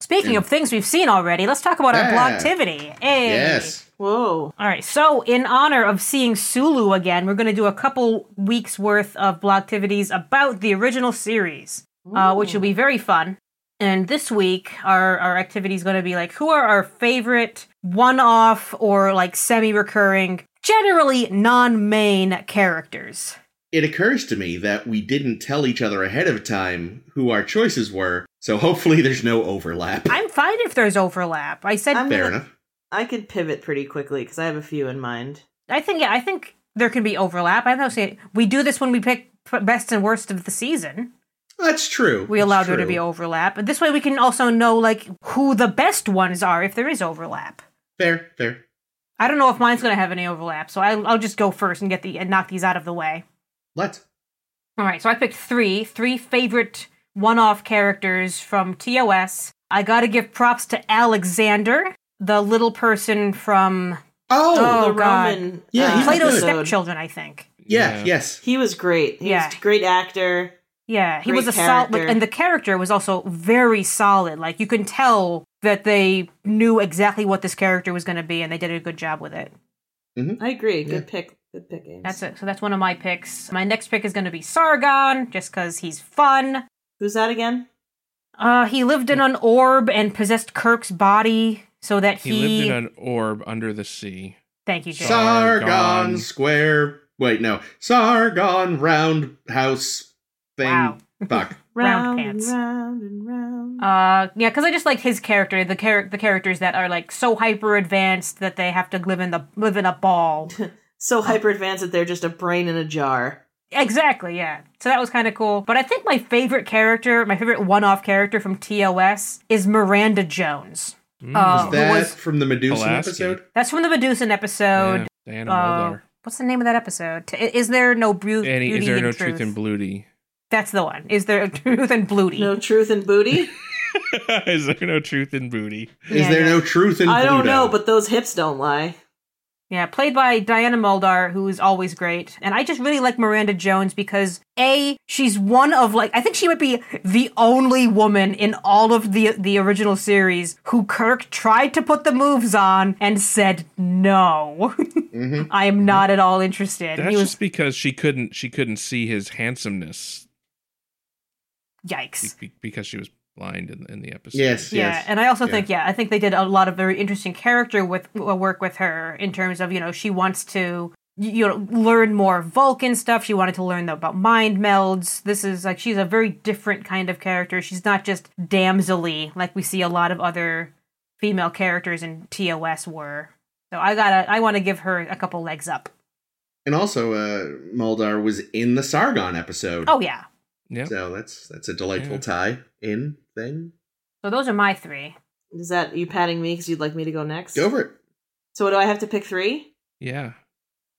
[SPEAKER 4] Speaking
[SPEAKER 3] Yeah.
[SPEAKER 4] of things we've seen already, let's talk about
[SPEAKER 3] Yeah.
[SPEAKER 4] our blogtivity. Hey.
[SPEAKER 3] Yes.
[SPEAKER 1] Whoa.
[SPEAKER 4] All right. So, in honor of seeing Sulu again, we're going to do a couple weeks worth of blogtivities about the original series, uh, which will be very fun. And this week, our our activity is going to be like who are our favorite one-off or like semi-recurring, generally non-main characters.
[SPEAKER 3] It occurs to me that we didn't tell each other ahead of time who our choices were, so hopefully there's no overlap.
[SPEAKER 4] I'm fine if there's overlap. I said
[SPEAKER 1] I'm-
[SPEAKER 3] Fair
[SPEAKER 1] gonna-
[SPEAKER 3] enough.
[SPEAKER 1] I could pivot pretty quickly because I have a few in mind.
[SPEAKER 4] I think yeah, I think there can be overlap. I don't say we do this when we pick p- best and worst of the season.
[SPEAKER 3] That's true.
[SPEAKER 4] We
[SPEAKER 3] That's
[SPEAKER 4] allow there to
[SPEAKER 3] true.
[SPEAKER 4] be overlap. This way we can also know like who the best ones are if there is overlap.
[SPEAKER 3] Fair, fair.
[SPEAKER 4] I don't know if mine's going to have any overlap, so I'll, I'll just go first and get the and knock these out of the way.
[SPEAKER 3] Let's.
[SPEAKER 4] All right, so I picked three, three favorite one-off characters from TOS. I got to give props to Alexander, the little person from
[SPEAKER 3] Oh,
[SPEAKER 4] Oh,
[SPEAKER 1] the
[SPEAKER 4] God.
[SPEAKER 1] Roman.
[SPEAKER 3] Yeah,
[SPEAKER 1] uh,
[SPEAKER 3] he's
[SPEAKER 4] Plato's
[SPEAKER 3] good.
[SPEAKER 1] episode.
[SPEAKER 4] stepchildren, I think.
[SPEAKER 3] yeah, yes.
[SPEAKER 1] He was great. He
[SPEAKER 4] Yeah.
[SPEAKER 1] was a great actor.
[SPEAKER 4] Yeah, he
[SPEAKER 1] Great
[SPEAKER 4] was a solid,
[SPEAKER 1] character.
[SPEAKER 4] and the character was also very solid. Like you can tell that they knew exactly what this character was going to be, and they did a good job with it.
[SPEAKER 1] I agree.
[SPEAKER 3] Yeah.
[SPEAKER 1] Good pick. Good pick. Ames.
[SPEAKER 4] That's it. So that's one of my picks. My next pick is going to be Sargon, just because he's fun.
[SPEAKER 1] Who's that again?
[SPEAKER 4] Uh, he lived in an orb and possessed Kirk's body, so that
[SPEAKER 2] He,
[SPEAKER 4] he.
[SPEAKER 2] lived in an orb under the sea.
[SPEAKER 4] Thank you, Jay.
[SPEAKER 2] So- Sargon.
[SPEAKER 3] Sargon Square. Wait, no. Sargon Round House thing.
[SPEAKER 4] Wow.
[SPEAKER 3] Fuck.
[SPEAKER 4] Round
[SPEAKER 1] round
[SPEAKER 4] pants.
[SPEAKER 1] And round and round.
[SPEAKER 4] Uh, yeah, because I just like his character, the char- the characters that are like so hyper advanced that they have to live in the live in a ball.
[SPEAKER 1] so hyper advanced that they're just a brain in a jar.
[SPEAKER 4] Exactly, yeah. So that was kind of cool. But I think my favorite character, my favorite one off character from TOS is Miranda Jones.
[SPEAKER 2] Mm,
[SPEAKER 4] Uh,
[SPEAKER 3] That
[SPEAKER 4] was-
[SPEAKER 3] from the Medusa
[SPEAKER 2] Pulaski.
[SPEAKER 3] episode?
[SPEAKER 4] That's from the Medusan episode.
[SPEAKER 2] yeah, Diana
[SPEAKER 4] uh,
[SPEAKER 2] Muldaur.
[SPEAKER 4] What's the name of that episode? T- is there no bru-
[SPEAKER 2] Annie,
[SPEAKER 4] beauty
[SPEAKER 2] is there
[SPEAKER 4] in
[SPEAKER 2] no
[SPEAKER 4] truth?
[SPEAKER 2] truth in Bluty?
[SPEAKER 4] That's the one. Is there truth and bluty?
[SPEAKER 1] No truth in booty.
[SPEAKER 2] is there no truth in Booty?
[SPEAKER 3] Is
[SPEAKER 4] Yeah,
[SPEAKER 3] there
[SPEAKER 4] yeah.
[SPEAKER 3] no truth in
[SPEAKER 1] I don't
[SPEAKER 3] Pluto?
[SPEAKER 1] know, but those hips don't lie.
[SPEAKER 4] Yeah, played by Diana Muldar, who is always great. And I just really like Miranda Jones because A, she's one of like I think she might be the only woman in all of the the original series who Kirk tried to put the moves on and said no.
[SPEAKER 3] Mhm.
[SPEAKER 4] I am not at all interested.
[SPEAKER 2] Mm-hmm. That's
[SPEAKER 4] he was
[SPEAKER 2] just because she couldn't she couldn't see his handsomeness be-
[SPEAKER 4] yikes.
[SPEAKER 2] be- because she was blind in, in the episode.
[SPEAKER 3] Yes,
[SPEAKER 4] Yeah,
[SPEAKER 3] yes.
[SPEAKER 4] and I also
[SPEAKER 3] Yeah.
[SPEAKER 4] think yeah, I think they did a lot of very interesting character with uh, work with her in terms of you know she wants to y- you know learn more Vulcan stuff. She wanted to learn about mind melds. This is like she's a very different kind of character. She's not just damselly like we see a lot of other female characters in TOS were. So I gotta I want to give her a couple legs up.
[SPEAKER 3] And also, uh, Muldar was in the Sargon episode.
[SPEAKER 4] Oh yeah.
[SPEAKER 2] Yep.
[SPEAKER 3] So that's that's a delightful
[SPEAKER 2] Yeah.
[SPEAKER 3] tie in thing.
[SPEAKER 4] So those are my three.
[SPEAKER 1] Is that you patting me because you'd like me to go next?
[SPEAKER 3] Go for it.
[SPEAKER 1] So what do I have to pick three?
[SPEAKER 2] Yeah.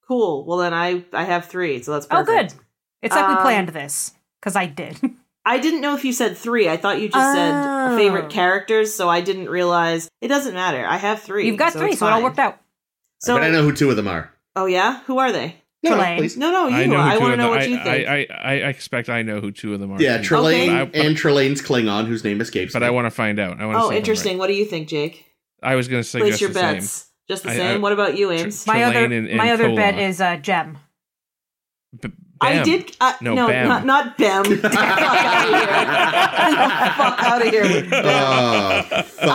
[SPEAKER 1] Cool. Well then I I have three, so that's
[SPEAKER 4] Oh,
[SPEAKER 1] perfect.
[SPEAKER 4] good. It's like we
[SPEAKER 1] Um,
[SPEAKER 4] planned this because I did.
[SPEAKER 1] I didn't know if you said three. I thought you just
[SPEAKER 4] Oh.
[SPEAKER 1] said favorite characters, so I didn't realize it doesn't matter. I have three.
[SPEAKER 4] You've got
[SPEAKER 1] so
[SPEAKER 4] three,
[SPEAKER 1] it's
[SPEAKER 4] so it all
[SPEAKER 1] fine.
[SPEAKER 4] worked out.
[SPEAKER 1] So
[SPEAKER 3] but I know who two of them are.
[SPEAKER 1] Oh yeah? Who are they?
[SPEAKER 3] No, no,
[SPEAKER 4] Tulane.
[SPEAKER 3] please.
[SPEAKER 1] No, no, you. I,
[SPEAKER 2] who two
[SPEAKER 1] want to
[SPEAKER 2] of
[SPEAKER 1] know
[SPEAKER 2] them-
[SPEAKER 1] what
[SPEAKER 2] I,
[SPEAKER 1] you think. Oh,
[SPEAKER 2] I, I, I expect I know who two of them are.
[SPEAKER 3] Yeah,
[SPEAKER 2] too,
[SPEAKER 3] Trelane
[SPEAKER 2] but I-
[SPEAKER 3] and Trelane's Klingon, whose name escapes
[SPEAKER 2] But
[SPEAKER 3] me.
[SPEAKER 2] I want to find out. I want to.
[SPEAKER 1] oh, interesting. What do you think, Jake?
[SPEAKER 2] I was going to say
[SPEAKER 1] Place
[SPEAKER 2] just
[SPEAKER 1] your
[SPEAKER 2] the
[SPEAKER 1] bets.
[SPEAKER 2] same.
[SPEAKER 1] Just the
[SPEAKER 2] I-
[SPEAKER 1] same.
[SPEAKER 2] I-
[SPEAKER 1] what about you,
[SPEAKER 2] Tr-
[SPEAKER 1] Ames?
[SPEAKER 4] My other
[SPEAKER 2] Trelane and-
[SPEAKER 4] my
[SPEAKER 2] and
[SPEAKER 4] other bet
[SPEAKER 2] Kola.
[SPEAKER 4] is uh, Gem.
[SPEAKER 2] B-
[SPEAKER 1] I
[SPEAKER 2] Bam.
[SPEAKER 1] did. Uh, no,
[SPEAKER 2] No, Bam.
[SPEAKER 1] not not Bem. Get the fuck out of here. Get the fuck out of here with Bem.
[SPEAKER 3] Oh,
[SPEAKER 1] Uh,
[SPEAKER 3] fucking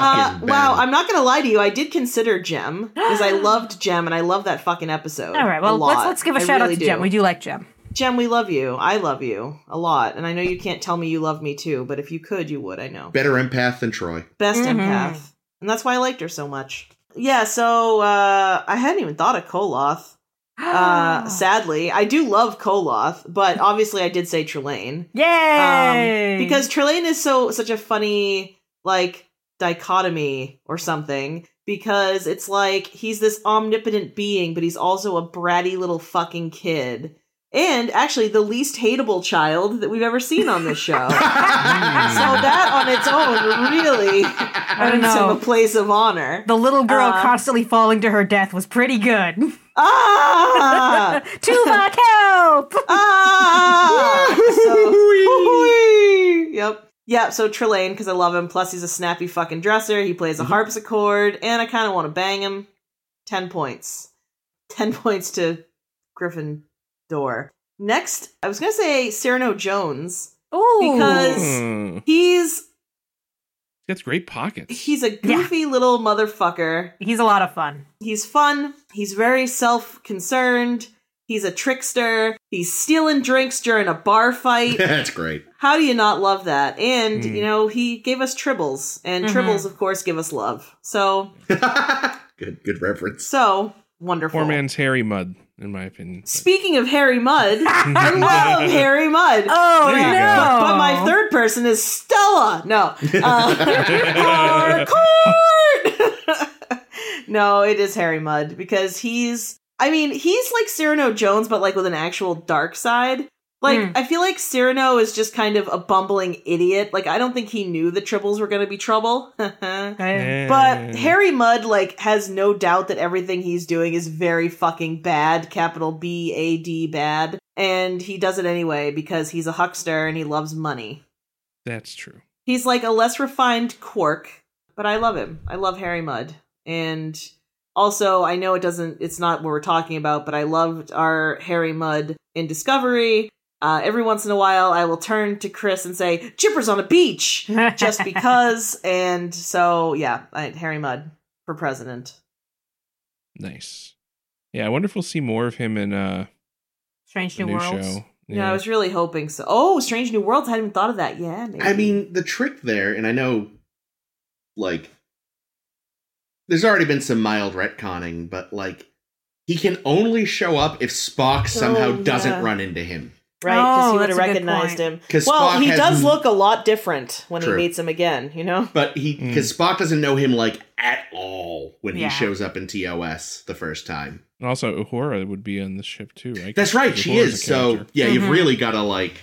[SPEAKER 1] wow,
[SPEAKER 3] bad.
[SPEAKER 1] I'm not gonna lie to you. I did consider Gem because I loved Gem and I love that fucking episode.
[SPEAKER 4] All right,
[SPEAKER 1] a
[SPEAKER 4] well
[SPEAKER 1] lot.
[SPEAKER 4] let's let's give a
[SPEAKER 1] I
[SPEAKER 4] shout
[SPEAKER 1] really
[SPEAKER 4] out to Jem. We do like Jem.
[SPEAKER 1] Gem, we love you. I love you a lot, and I know you can't tell me you love me too, but if you could, you would. I know.
[SPEAKER 3] Better empath than Troy.
[SPEAKER 1] Best
[SPEAKER 4] Mhm.
[SPEAKER 1] empath, and that's why I liked her so much. Yeah, so uh, I hadn't even thought of Koloth.
[SPEAKER 4] Ah.
[SPEAKER 1] Uh, sadly, I do love Koloth, but obviously I did say Trelane.
[SPEAKER 4] Yay!
[SPEAKER 1] Um, because Trelane is so such a funny like dichotomy or something because it's like he's this omnipotent being but he's also a bratty little fucking kid and actually the least hateable child that we've ever seen on this show. so that on its own really
[SPEAKER 4] I don't
[SPEAKER 1] earns him a
[SPEAKER 4] know.
[SPEAKER 1] place of honor.
[SPEAKER 4] The little girl
[SPEAKER 1] Uh,
[SPEAKER 4] constantly falling to her death was pretty good.
[SPEAKER 1] Ah!
[SPEAKER 4] Tuvok, help!
[SPEAKER 1] ah! So, yep. Yeah, so Trelane, because I love him. Plus, he's a snappy fucking dresser. He plays a harpsichord, and I kind of want to bang him. 10 points. 10 points to Gryffindor. Next, I was going to say Cyrano Jones.
[SPEAKER 4] Ooh.
[SPEAKER 1] Because-
[SPEAKER 2] Hmm.
[SPEAKER 1] He's
[SPEAKER 2] That's great pockets.
[SPEAKER 1] he's a goofy little motherfucker.
[SPEAKER 4] he's a lot of fun.
[SPEAKER 1] He's fun. He's very self concerned. He's a trickster. He's stealing drinks during a bar fight.
[SPEAKER 3] That's great.
[SPEAKER 1] How do you not love that? And,
[SPEAKER 2] Mm.
[SPEAKER 1] you know, he gave us tribbles, and
[SPEAKER 4] Mhm.
[SPEAKER 1] tribbles, of course, give us love. So,
[SPEAKER 3] good, good reference.
[SPEAKER 1] so wonderful.
[SPEAKER 2] Poor man's hairy mud, in my opinion.
[SPEAKER 1] Speaking of Harry Mudd, I love Harry Mudd.
[SPEAKER 4] Oh
[SPEAKER 2] There you go.
[SPEAKER 4] no!
[SPEAKER 1] But my third person is Stella. No. Uh, Harcourt! no, it is Harry Mudd because he's. I mean, he's like Cyrano Jones, but like with an actual dark side. Like,
[SPEAKER 4] Hmm.
[SPEAKER 1] I feel like Cyrano is just kind of a bumbling idiot. Like, I don't think he knew the tribbles were going to be trouble. but
[SPEAKER 4] Okay.
[SPEAKER 2] eh,
[SPEAKER 1] Harry Mudd, like, has no doubt that everything he's doing is very fucking bad. Capital B A D bad. And he does it anyway because he's a huckster and he loves money.
[SPEAKER 2] That's true.
[SPEAKER 1] He's like a less refined Quark, but I love him. I love Harry Mudd. And also, I know it doesn't, it's not what we're talking about, but I loved our Harry Mudd in Discovery. Uh, every once in a while, I will turn to Chris and say, Jippers on a beach! Just because. and so, yeah, I, Harry Mudd for president.
[SPEAKER 2] Nice. Yeah, I wonder if we'll see more of him in uh,
[SPEAKER 4] Strange
[SPEAKER 2] the
[SPEAKER 4] New,
[SPEAKER 2] new
[SPEAKER 4] Worlds.
[SPEAKER 2] show.
[SPEAKER 1] Yeah. I was really hoping so. Oh, Strange New Worlds. I hadn't even thought of that. Yeah. Maybe.
[SPEAKER 3] I mean, the trick there, and I know, like, there's already been some mild retconning, but like, he can only show up if Spock somehow
[SPEAKER 1] Oh, yeah.
[SPEAKER 3] doesn't run into him
[SPEAKER 1] right? Because he
[SPEAKER 4] Oh,
[SPEAKER 1] would have
[SPEAKER 4] that's a good
[SPEAKER 1] recognized
[SPEAKER 4] point.
[SPEAKER 1] him.
[SPEAKER 3] because
[SPEAKER 1] Well,
[SPEAKER 3] Spock
[SPEAKER 1] he
[SPEAKER 3] has
[SPEAKER 1] does
[SPEAKER 3] n-
[SPEAKER 1] look a lot different when he
[SPEAKER 3] True.
[SPEAKER 1] meets him again, you know?
[SPEAKER 3] but he
[SPEAKER 2] Hmm.
[SPEAKER 3] because Spock doesn't know him like at all when
[SPEAKER 4] Yeah.
[SPEAKER 3] he shows up in TOS the first time.
[SPEAKER 2] And also, Uhura would be on the ship too, right?
[SPEAKER 3] That's right, she
[SPEAKER 2] Uhura's a
[SPEAKER 3] is. So
[SPEAKER 2] character.
[SPEAKER 3] yeah,
[SPEAKER 4] Mhm.
[SPEAKER 3] you've
[SPEAKER 1] Mm-hmm.
[SPEAKER 3] really got to like,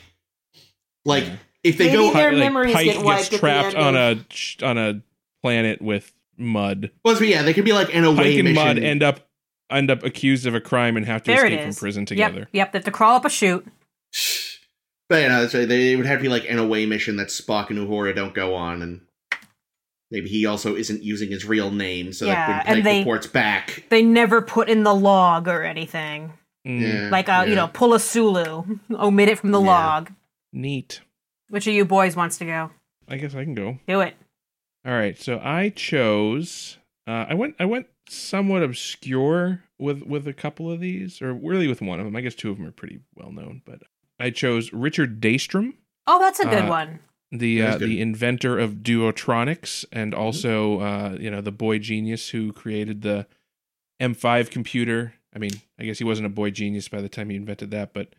[SPEAKER 3] like
[SPEAKER 2] Yeah.
[SPEAKER 3] if they
[SPEAKER 1] Maybe
[SPEAKER 3] go.
[SPEAKER 1] they're-
[SPEAKER 2] Pi- like,
[SPEAKER 1] memories
[SPEAKER 2] Pike
[SPEAKER 1] get wiped at
[SPEAKER 2] gets
[SPEAKER 1] the
[SPEAKER 2] trapped
[SPEAKER 1] end
[SPEAKER 2] on
[SPEAKER 1] of-
[SPEAKER 2] a sh- on a planet with mud.
[SPEAKER 3] Well, so yeah, they could be like an away
[SPEAKER 2] Pike and
[SPEAKER 3] mission.
[SPEAKER 2] mud end up end up accused of a crime and have to
[SPEAKER 4] There it
[SPEAKER 2] escape from
[SPEAKER 4] is.
[SPEAKER 2] prison
[SPEAKER 4] Yep,
[SPEAKER 2] together.
[SPEAKER 4] yep. They have to crawl up a chute.
[SPEAKER 3] But you know, so they it would have to be like an away mission that Spock and Uhura don't go on, and maybe he also isn't using his real name, so
[SPEAKER 4] Yeah,
[SPEAKER 3] that
[SPEAKER 4] and
[SPEAKER 3] when Pike
[SPEAKER 4] they-
[SPEAKER 3] reports back,
[SPEAKER 4] They never put in the log or anything.
[SPEAKER 2] Mm,
[SPEAKER 3] yeah,
[SPEAKER 4] Like, uh, you
[SPEAKER 3] yeah.
[SPEAKER 4] know, pull a Sulu, omit it from the
[SPEAKER 3] Yeah.
[SPEAKER 4] log.
[SPEAKER 2] Neat.
[SPEAKER 4] Which of you boys wants to go?
[SPEAKER 2] I guess I can go.
[SPEAKER 4] Do it.
[SPEAKER 2] All right, so I chose. Uh, I went. I went somewhat obscure with with a couple of these, or really with one of them. I guess two of them are pretty well known, but I chose Richard Daystrom,
[SPEAKER 4] Oh, that's a good
[SPEAKER 2] Uh,
[SPEAKER 4] one.
[SPEAKER 2] the
[SPEAKER 3] That was
[SPEAKER 2] uh,
[SPEAKER 3] good. Mm-hmm.
[SPEAKER 2] the inventor of duotronics, and also uh, you know the boy genius who created the M5 computer. I mean, I guess he wasn't a boy genius by the time he invented that, but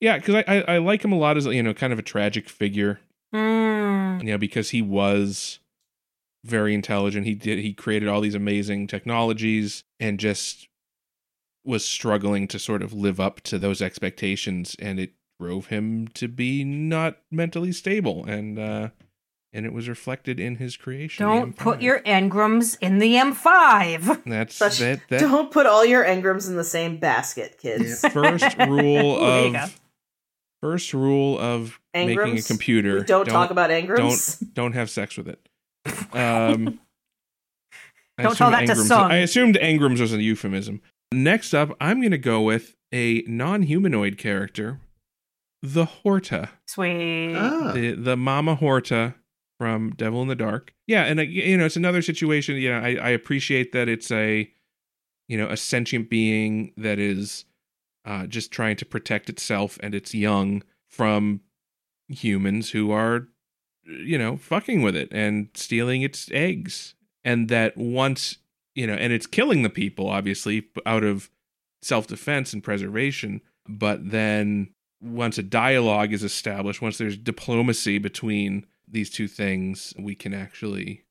[SPEAKER 2] yeah, because I, I I like him a lot as you know kind of a tragic figure
[SPEAKER 4] Mm.
[SPEAKER 2] you know because he was very intelligent he did he created all these amazing technologies and just was struggling to sort of live up to those expectations and it drove him to be not mentally stable and uh and it was reflected in his creation the
[SPEAKER 4] Don't put
[SPEAKER 2] M5.
[SPEAKER 4] your engrams in the M5.
[SPEAKER 2] that's
[SPEAKER 1] Such-
[SPEAKER 2] that that
[SPEAKER 1] Don't put all your engrams in the same basket, kids.
[SPEAKER 2] first rule
[SPEAKER 4] Ooh, there you go.
[SPEAKER 2] of first rule of making a
[SPEAKER 1] Engrams?
[SPEAKER 2] computer
[SPEAKER 1] We don't, talk about engrams.
[SPEAKER 2] don't don't have sex with it. Um, I
[SPEAKER 4] Don't tell
[SPEAKER 2] assumed
[SPEAKER 4] that to
[SPEAKER 2] Engrams-
[SPEAKER 4] Sung.
[SPEAKER 2] I assumed Engrams was a euphemism. Next up, I'm going to go with a non-humanoid character, the Horta,
[SPEAKER 4] Sweet.
[SPEAKER 3] Ah.
[SPEAKER 2] the the Mama Horta from Devil in the Dark. Yeah, and uh, you know it's another situation. You know, I, I appreciate that it's a you know a sentient being that is uh, just trying to protect itself and its young from humans who are you know fucking with it and stealing its eggs and that once you know and it's killing the people obviously out of self-defense and preservation but then once a dialogue is established once there's diplomacy between these two things we can actually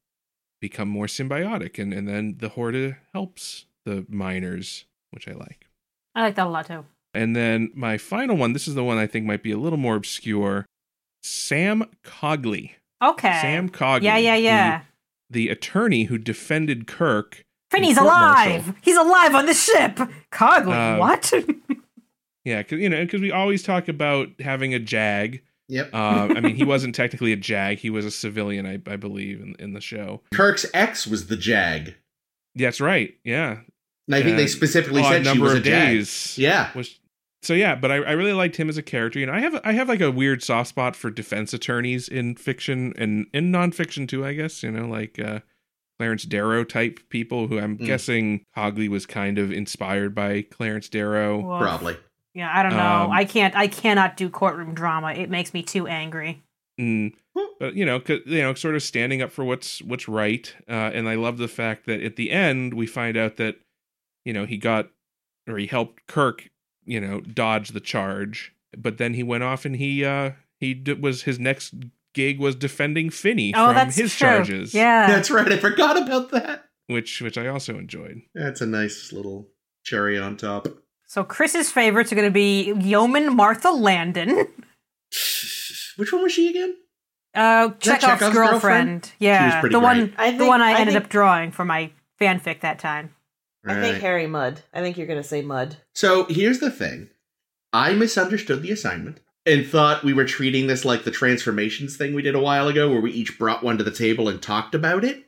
[SPEAKER 2] become more symbiotic and, and then the horta helps the miners which i like
[SPEAKER 4] I like that a lot too.
[SPEAKER 2] And then my final one, this is the one I think might be a little more obscure Sam Cogley.
[SPEAKER 4] Okay.
[SPEAKER 2] Sam Cogley.
[SPEAKER 4] yeah, yeah,
[SPEAKER 2] the-
[SPEAKER 4] yeah.
[SPEAKER 2] The, attorney who defended Kirk.
[SPEAKER 4] Finney's
[SPEAKER 2] court
[SPEAKER 4] alive. He's alive on the ship. Cogley,
[SPEAKER 2] Um,
[SPEAKER 4] what?
[SPEAKER 2] Yeah, because you know, 'cause we always talk about having a jag.
[SPEAKER 3] Yep.
[SPEAKER 2] Uh, I mean, he wasn't technically a jag; he was a civilian, I, I believe, in, in the show.
[SPEAKER 3] Kirk's ex was the Jag.
[SPEAKER 2] That's right. Yeah,
[SPEAKER 3] And I think they
[SPEAKER 2] And
[SPEAKER 3] specifically
[SPEAKER 2] odd
[SPEAKER 3] said she
[SPEAKER 2] number
[SPEAKER 3] was a
[SPEAKER 2] of
[SPEAKER 3] Jag.
[SPEAKER 2] days.
[SPEAKER 3] Yeah.
[SPEAKER 2] was so yeah but I, I really liked him as a character you know i have i have like a weird soft spot for defense attorneys in fiction and in nonfiction too i guess you know like uh clarence darrow type people who i'm
[SPEAKER 3] Mm.
[SPEAKER 2] guessing cogley was kind of inspired by clarence darrow
[SPEAKER 4] Woof.
[SPEAKER 3] Probably.
[SPEAKER 4] Yeah, I don't know.
[SPEAKER 2] Um,
[SPEAKER 4] I can't. I cannot do courtroom drama. It makes me too angry.
[SPEAKER 2] Mm.
[SPEAKER 3] Hmm.
[SPEAKER 2] but you know 'cause, you know sort of standing up for what's what's right uh and i love the fact that at the end we find out that you know he got or he helped kirk you know dodge the charge but then he went off and he uh he d- was his next gig was defending finney
[SPEAKER 4] Oh,
[SPEAKER 2] from
[SPEAKER 4] that's
[SPEAKER 2] his
[SPEAKER 4] true.
[SPEAKER 2] charges
[SPEAKER 4] Yeah.
[SPEAKER 3] That's right. I forgot about that.
[SPEAKER 2] which which i also enjoyed
[SPEAKER 3] That's a nice little cherry on top.
[SPEAKER 4] so Chris's favorites are going to be Yeoman Martha Landon,
[SPEAKER 3] Which one was she again?
[SPEAKER 4] uh, Chekhov's,
[SPEAKER 3] Chekhov's
[SPEAKER 4] girlfriend.
[SPEAKER 3] girlfriend?
[SPEAKER 4] Yeah,
[SPEAKER 3] She was pretty
[SPEAKER 4] the one,
[SPEAKER 3] great.
[SPEAKER 1] I
[SPEAKER 4] the one I, ended up drawing for my fanfic that time.
[SPEAKER 1] I
[SPEAKER 3] Right.
[SPEAKER 1] think Harry Mudd. I think you're gonna say Mudd.
[SPEAKER 3] So here's the thing I misunderstood the assignment and thought we were treating this like the transformations thing we did a while ago, where we each brought one to the table and talked about it.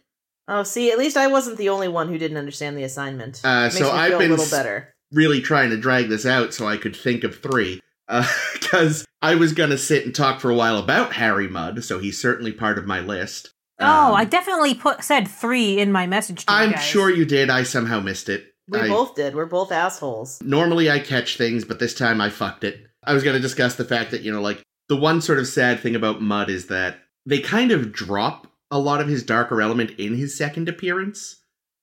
[SPEAKER 1] Oh, see, at least I wasn't the only one who didn't understand the assignment.
[SPEAKER 3] Uh,
[SPEAKER 1] Makes
[SPEAKER 3] so
[SPEAKER 1] me
[SPEAKER 3] I've
[SPEAKER 1] feel
[SPEAKER 3] been
[SPEAKER 1] a little
[SPEAKER 3] s-
[SPEAKER 1] better.
[SPEAKER 3] Really trying to drag this out so I could think of three. Because I was going to sit and talk for a while about Harry Mudd, so he's certainly part of my list.
[SPEAKER 4] oh,
[SPEAKER 3] Um,
[SPEAKER 4] I definitely put said three in my message. To you
[SPEAKER 3] I'm
[SPEAKER 4] guys.
[SPEAKER 3] sure you did. I somehow missed it.
[SPEAKER 1] We
[SPEAKER 3] I-
[SPEAKER 1] both did. We're both assholes.
[SPEAKER 3] normally I catch things, but this time I fucked it. I was going to discuss the fact that, you know, like the one sort of sad thing about Mud is that they kind of drop a lot of his darker element in his second appearance.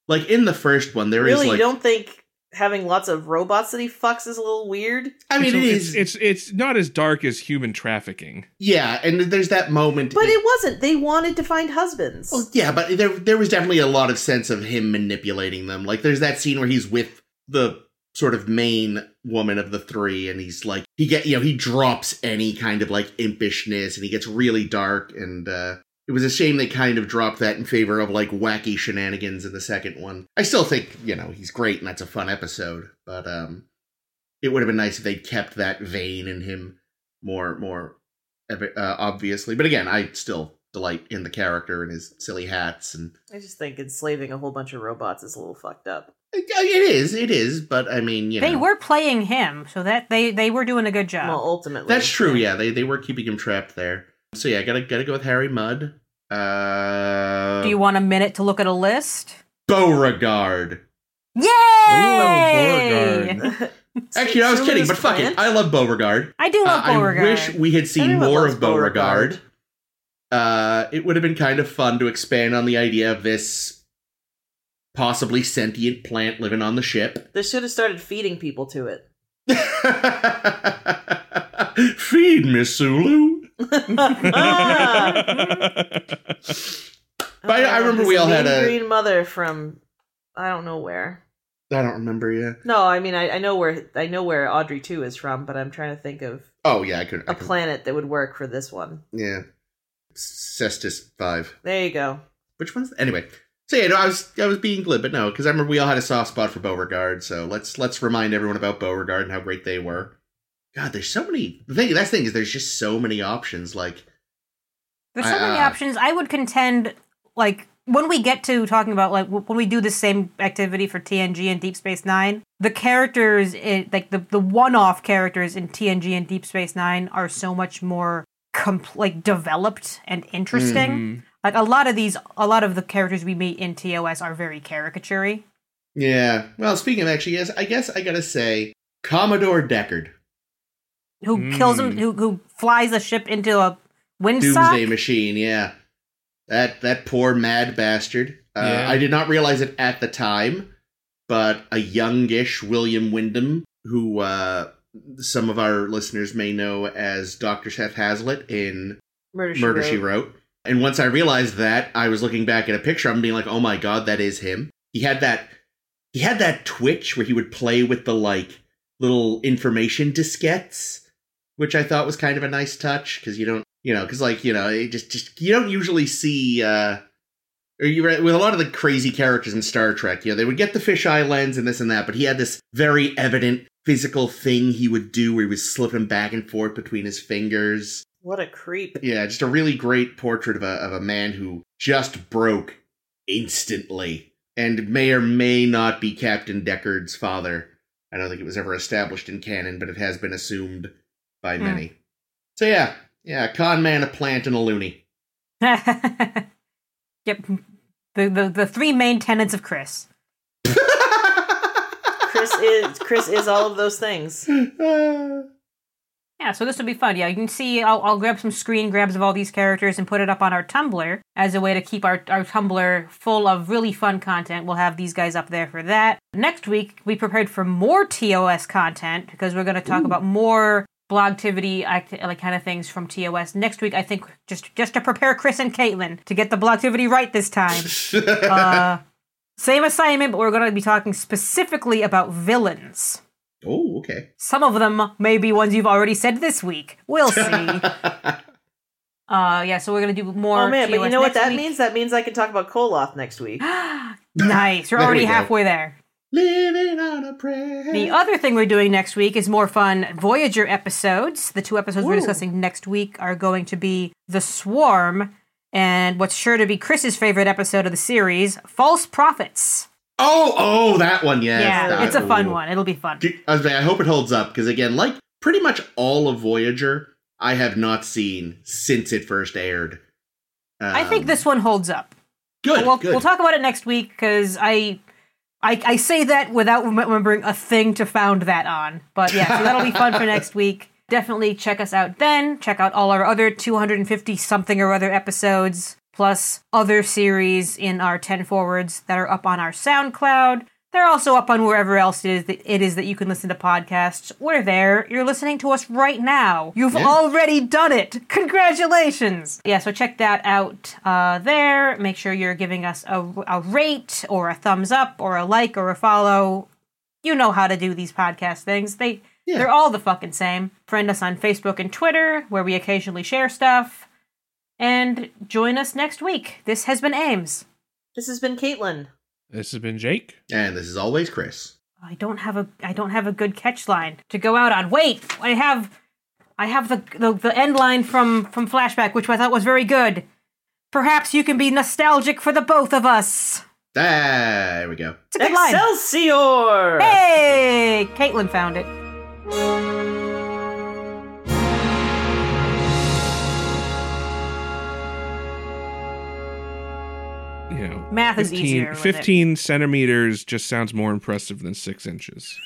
[SPEAKER 3] Like in the first one, there is
[SPEAKER 1] really,
[SPEAKER 3] like
[SPEAKER 1] you don't think having lots of robots that he fucks is a little weird?
[SPEAKER 3] I mean, it
[SPEAKER 2] it's,
[SPEAKER 3] is
[SPEAKER 2] it's it's it's not as dark as human trafficking
[SPEAKER 3] yeah, and there's that moment.
[SPEAKER 1] But it wasn't. They wanted to find husbands.
[SPEAKER 3] Well, yeah, but there there was definitely a lot of sense of him manipulating them. Like there's that scene where he's with the sort of main woman of the three and he's like he get you know he drops any kind of like impishness and he gets really dark and uh it was a shame they kind of dropped that in favor of like wacky shenanigans in the second one. I still think, you know, he's great and that's a fun episode, but um it would have been nice if they'd kept that vein in him more more ev- uh, obviously. But again, I still delight in the character and his silly hats and
[SPEAKER 1] I just think enslaving a whole bunch of robots is a little fucked up.
[SPEAKER 3] it uh, it is, it is, but I mean, you
[SPEAKER 4] they
[SPEAKER 3] know.
[SPEAKER 4] were playing him, so that they they were doing a good job.
[SPEAKER 1] Well, ultimately,
[SPEAKER 3] That's true. Yeah, they they were keeping him trapped there. So yeah, gotta gotta go with Harry Mudd. Uh,
[SPEAKER 4] Do you want a minute to look at a list?
[SPEAKER 3] Beauregard?
[SPEAKER 4] Yay!
[SPEAKER 2] Beauregard.
[SPEAKER 3] Actually, I was kidding, but fuck it, I love Beauregard.
[SPEAKER 4] I do
[SPEAKER 3] Uh,
[SPEAKER 4] love Beauregard.
[SPEAKER 3] I wish we had seen
[SPEAKER 1] Everyone
[SPEAKER 3] more
[SPEAKER 1] loves
[SPEAKER 3] of Beauregard.
[SPEAKER 1] Beauregard.
[SPEAKER 3] Uh, it would have been kind of fun to expand on the idea of this possibly sentient plant living on the ship.
[SPEAKER 1] They should have started feeding people to it.
[SPEAKER 3] Feed me, Sulu.
[SPEAKER 1] Ah!
[SPEAKER 4] hmm.
[SPEAKER 3] But I- I remember
[SPEAKER 1] This
[SPEAKER 3] we all had
[SPEAKER 1] Oh, mean
[SPEAKER 3] a-
[SPEAKER 1] green mother from I don't know where.
[SPEAKER 3] I don't remember yet.
[SPEAKER 1] No, I mean I, I know where I know where Audrey two is from, but I'm trying to think of
[SPEAKER 3] Oh yeah, I could. I
[SPEAKER 1] a
[SPEAKER 3] could-
[SPEAKER 1] planet that would work for this one.
[SPEAKER 3] yeah, Cestus Five.
[SPEAKER 1] There you go.
[SPEAKER 3] Which one's anyway? So yeah, no, I was I was being glib, but no, because I remember we all had a soft spot for Beauregard. So let's let's remind everyone about Beauregard and how great they were. God, there's so many. The thing, that's the thing is, there's just so many options. Like,
[SPEAKER 4] There's
[SPEAKER 3] I- uh,
[SPEAKER 4] so many
[SPEAKER 3] I-
[SPEAKER 4] options. I would contend, like, when we get to talking about, like, w- when we do the same activity for TNG and Deep Space Nine, the characters, in, like, the, the one off characters in TNG and Deep Space Nine are so much more, compl- like, developed and interesting.
[SPEAKER 3] Mm-hmm.
[SPEAKER 2] Mm.
[SPEAKER 4] Like, a lot of these, a lot of the characters we meet in TOS are very caricaturey.
[SPEAKER 3] yeah. Well, speaking of actually, yes, I guess I gotta say Commodore Deckard,
[SPEAKER 4] Who kills
[SPEAKER 2] Mm.
[SPEAKER 4] him, who, who flies a ship into a windsock.
[SPEAKER 3] Doomsday Machine. Yeah, that that poor mad bastard. Uh,
[SPEAKER 2] Yeah.
[SPEAKER 3] I did not realize it at the time, but a youngish William Wyndham, who uh, some of our listeners may know as Doctor Seth Hazlitt in
[SPEAKER 1] Murder,
[SPEAKER 3] Murder
[SPEAKER 1] she,
[SPEAKER 3] She Wrote. And once I realized that, I was looking back at a picture. I'm being like, "Oh my god, that is him." He had that. He had that twitch where he would play with the like little information diskettes, which I thought was kind of a nice touch because you don't, you know, because like you know, it just just you don't usually see. uh or you read, with a lot of the crazy characters in Star Trek, you know, they would get the fisheye lens and this and that, but he had this very evident physical thing he would do where he was slipping back and forth between his fingers.
[SPEAKER 1] What a creep.
[SPEAKER 3] Yeah, just a really great portrait of a of a man who just broke instantly and may or may not be Captain Deckard's father. I don't think it was ever established in canon, but it has been assumed by
[SPEAKER 4] Hmm.
[SPEAKER 3] many. So yeah, yeah, con man, a plant, and a loony.
[SPEAKER 4] yep. The, the the three main tenets of Chris.
[SPEAKER 1] Chris is Chris is all of those things.
[SPEAKER 3] Uh,
[SPEAKER 4] Yeah, so this will be fun. Yeah, you can see I'll, I'll grab some screen grabs of all these characters and put it up on our Tumblr as a way to keep our, our Tumblr full of really fun content. We'll have these guys up there for that. Next week, we prepared for more TOS content because we're going to talk about more blogtivity act- like kind of things from TOS. Next week, I think just just to prepare Chris and Caitlin to get the blogtivity right this time.
[SPEAKER 3] Ah.
[SPEAKER 4] uh, same assignment, but we're going to be talking specifically about villains.
[SPEAKER 3] oh, okay.
[SPEAKER 4] Some of them may be ones you've already said this week. We'll see. uh, yeah, so we're gonna do more.
[SPEAKER 1] oh man, but you
[SPEAKER 4] TOS
[SPEAKER 1] know what
[SPEAKER 4] next
[SPEAKER 1] that
[SPEAKER 4] week.
[SPEAKER 1] means? That means I can talk about Koloth next week.
[SPEAKER 4] nice. You're
[SPEAKER 3] There
[SPEAKER 4] already
[SPEAKER 3] we go.
[SPEAKER 4] halfway there.
[SPEAKER 3] Living on a prayer.
[SPEAKER 4] The other thing we're doing next week is more fun Voyager episodes. The two episodes we're
[SPEAKER 1] Ooh.
[SPEAKER 4] discussing next week are going to be The Swarm and what's sure to be Chris's favorite episode of the series, False Prophets.
[SPEAKER 3] oh, oh, that one. Yes,
[SPEAKER 4] yeah,
[SPEAKER 3] that-
[SPEAKER 4] it's a fun
[SPEAKER 3] ooh.
[SPEAKER 4] one. It'll be fun.
[SPEAKER 3] I was saying, I hope it holds up because again, like pretty much all of Voyager, I have not seen since it first aired.
[SPEAKER 4] I think
[SPEAKER 3] Um,
[SPEAKER 4] this one holds up.
[SPEAKER 3] good.
[SPEAKER 4] we'll,
[SPEAKER 3] good.
[SPEAKER 4] we'll talk about it next week because I, I I say that without rem- remembering a thing to found that on. But yeah, so that'll be fun for next week. Definitely check us out then. Check out all our other 250 something or other episodes, plus other series in our 10 forwards that are up on our SoundCloud. They're also up on wherever else it is that, it is that you can listen to podcasts. We're there. You're listening to us right now. You've
[SPEAKER 3] Yeah.
[SPEAKER 4] already done it. Congratulations. Yeah, so check that out uh, there. Make sure you're giving us a, a rate or a thumbs up or a like or a follow. You know how to do these podcast things. They
[SPEAKER 3] Yeah.
[SPEAKER 4] they're all the fucking same. Friend us on Facebook and Twitter where we occasionally share stuff. And join us next week. This has been Ames.
[SPEAKER 1] This has been Caitlin.
[SPEAKER 2] This has been Jake.
[SPEAKER 3] and this is always Chris.
[SPEAKER 4] I don't have a I don't have a good catch line to go out on. Wait, I have I have the the, the end line from from flashback, which I thought was very good. Perhaps you can be nostalgic for the both of us.
[SPEAKER 3] There we go.
[SPEAKER 4] It's a good line.
[SPEAKER 1] Excelsior!
[SPEAKER 4] Hey, Caitlin found it.
[SPEAKER 2] You know,
[SPEAKER 4] Math is easier with it.
[SPEAKER 2] 15 centimeters just sounds more impressive than six inches.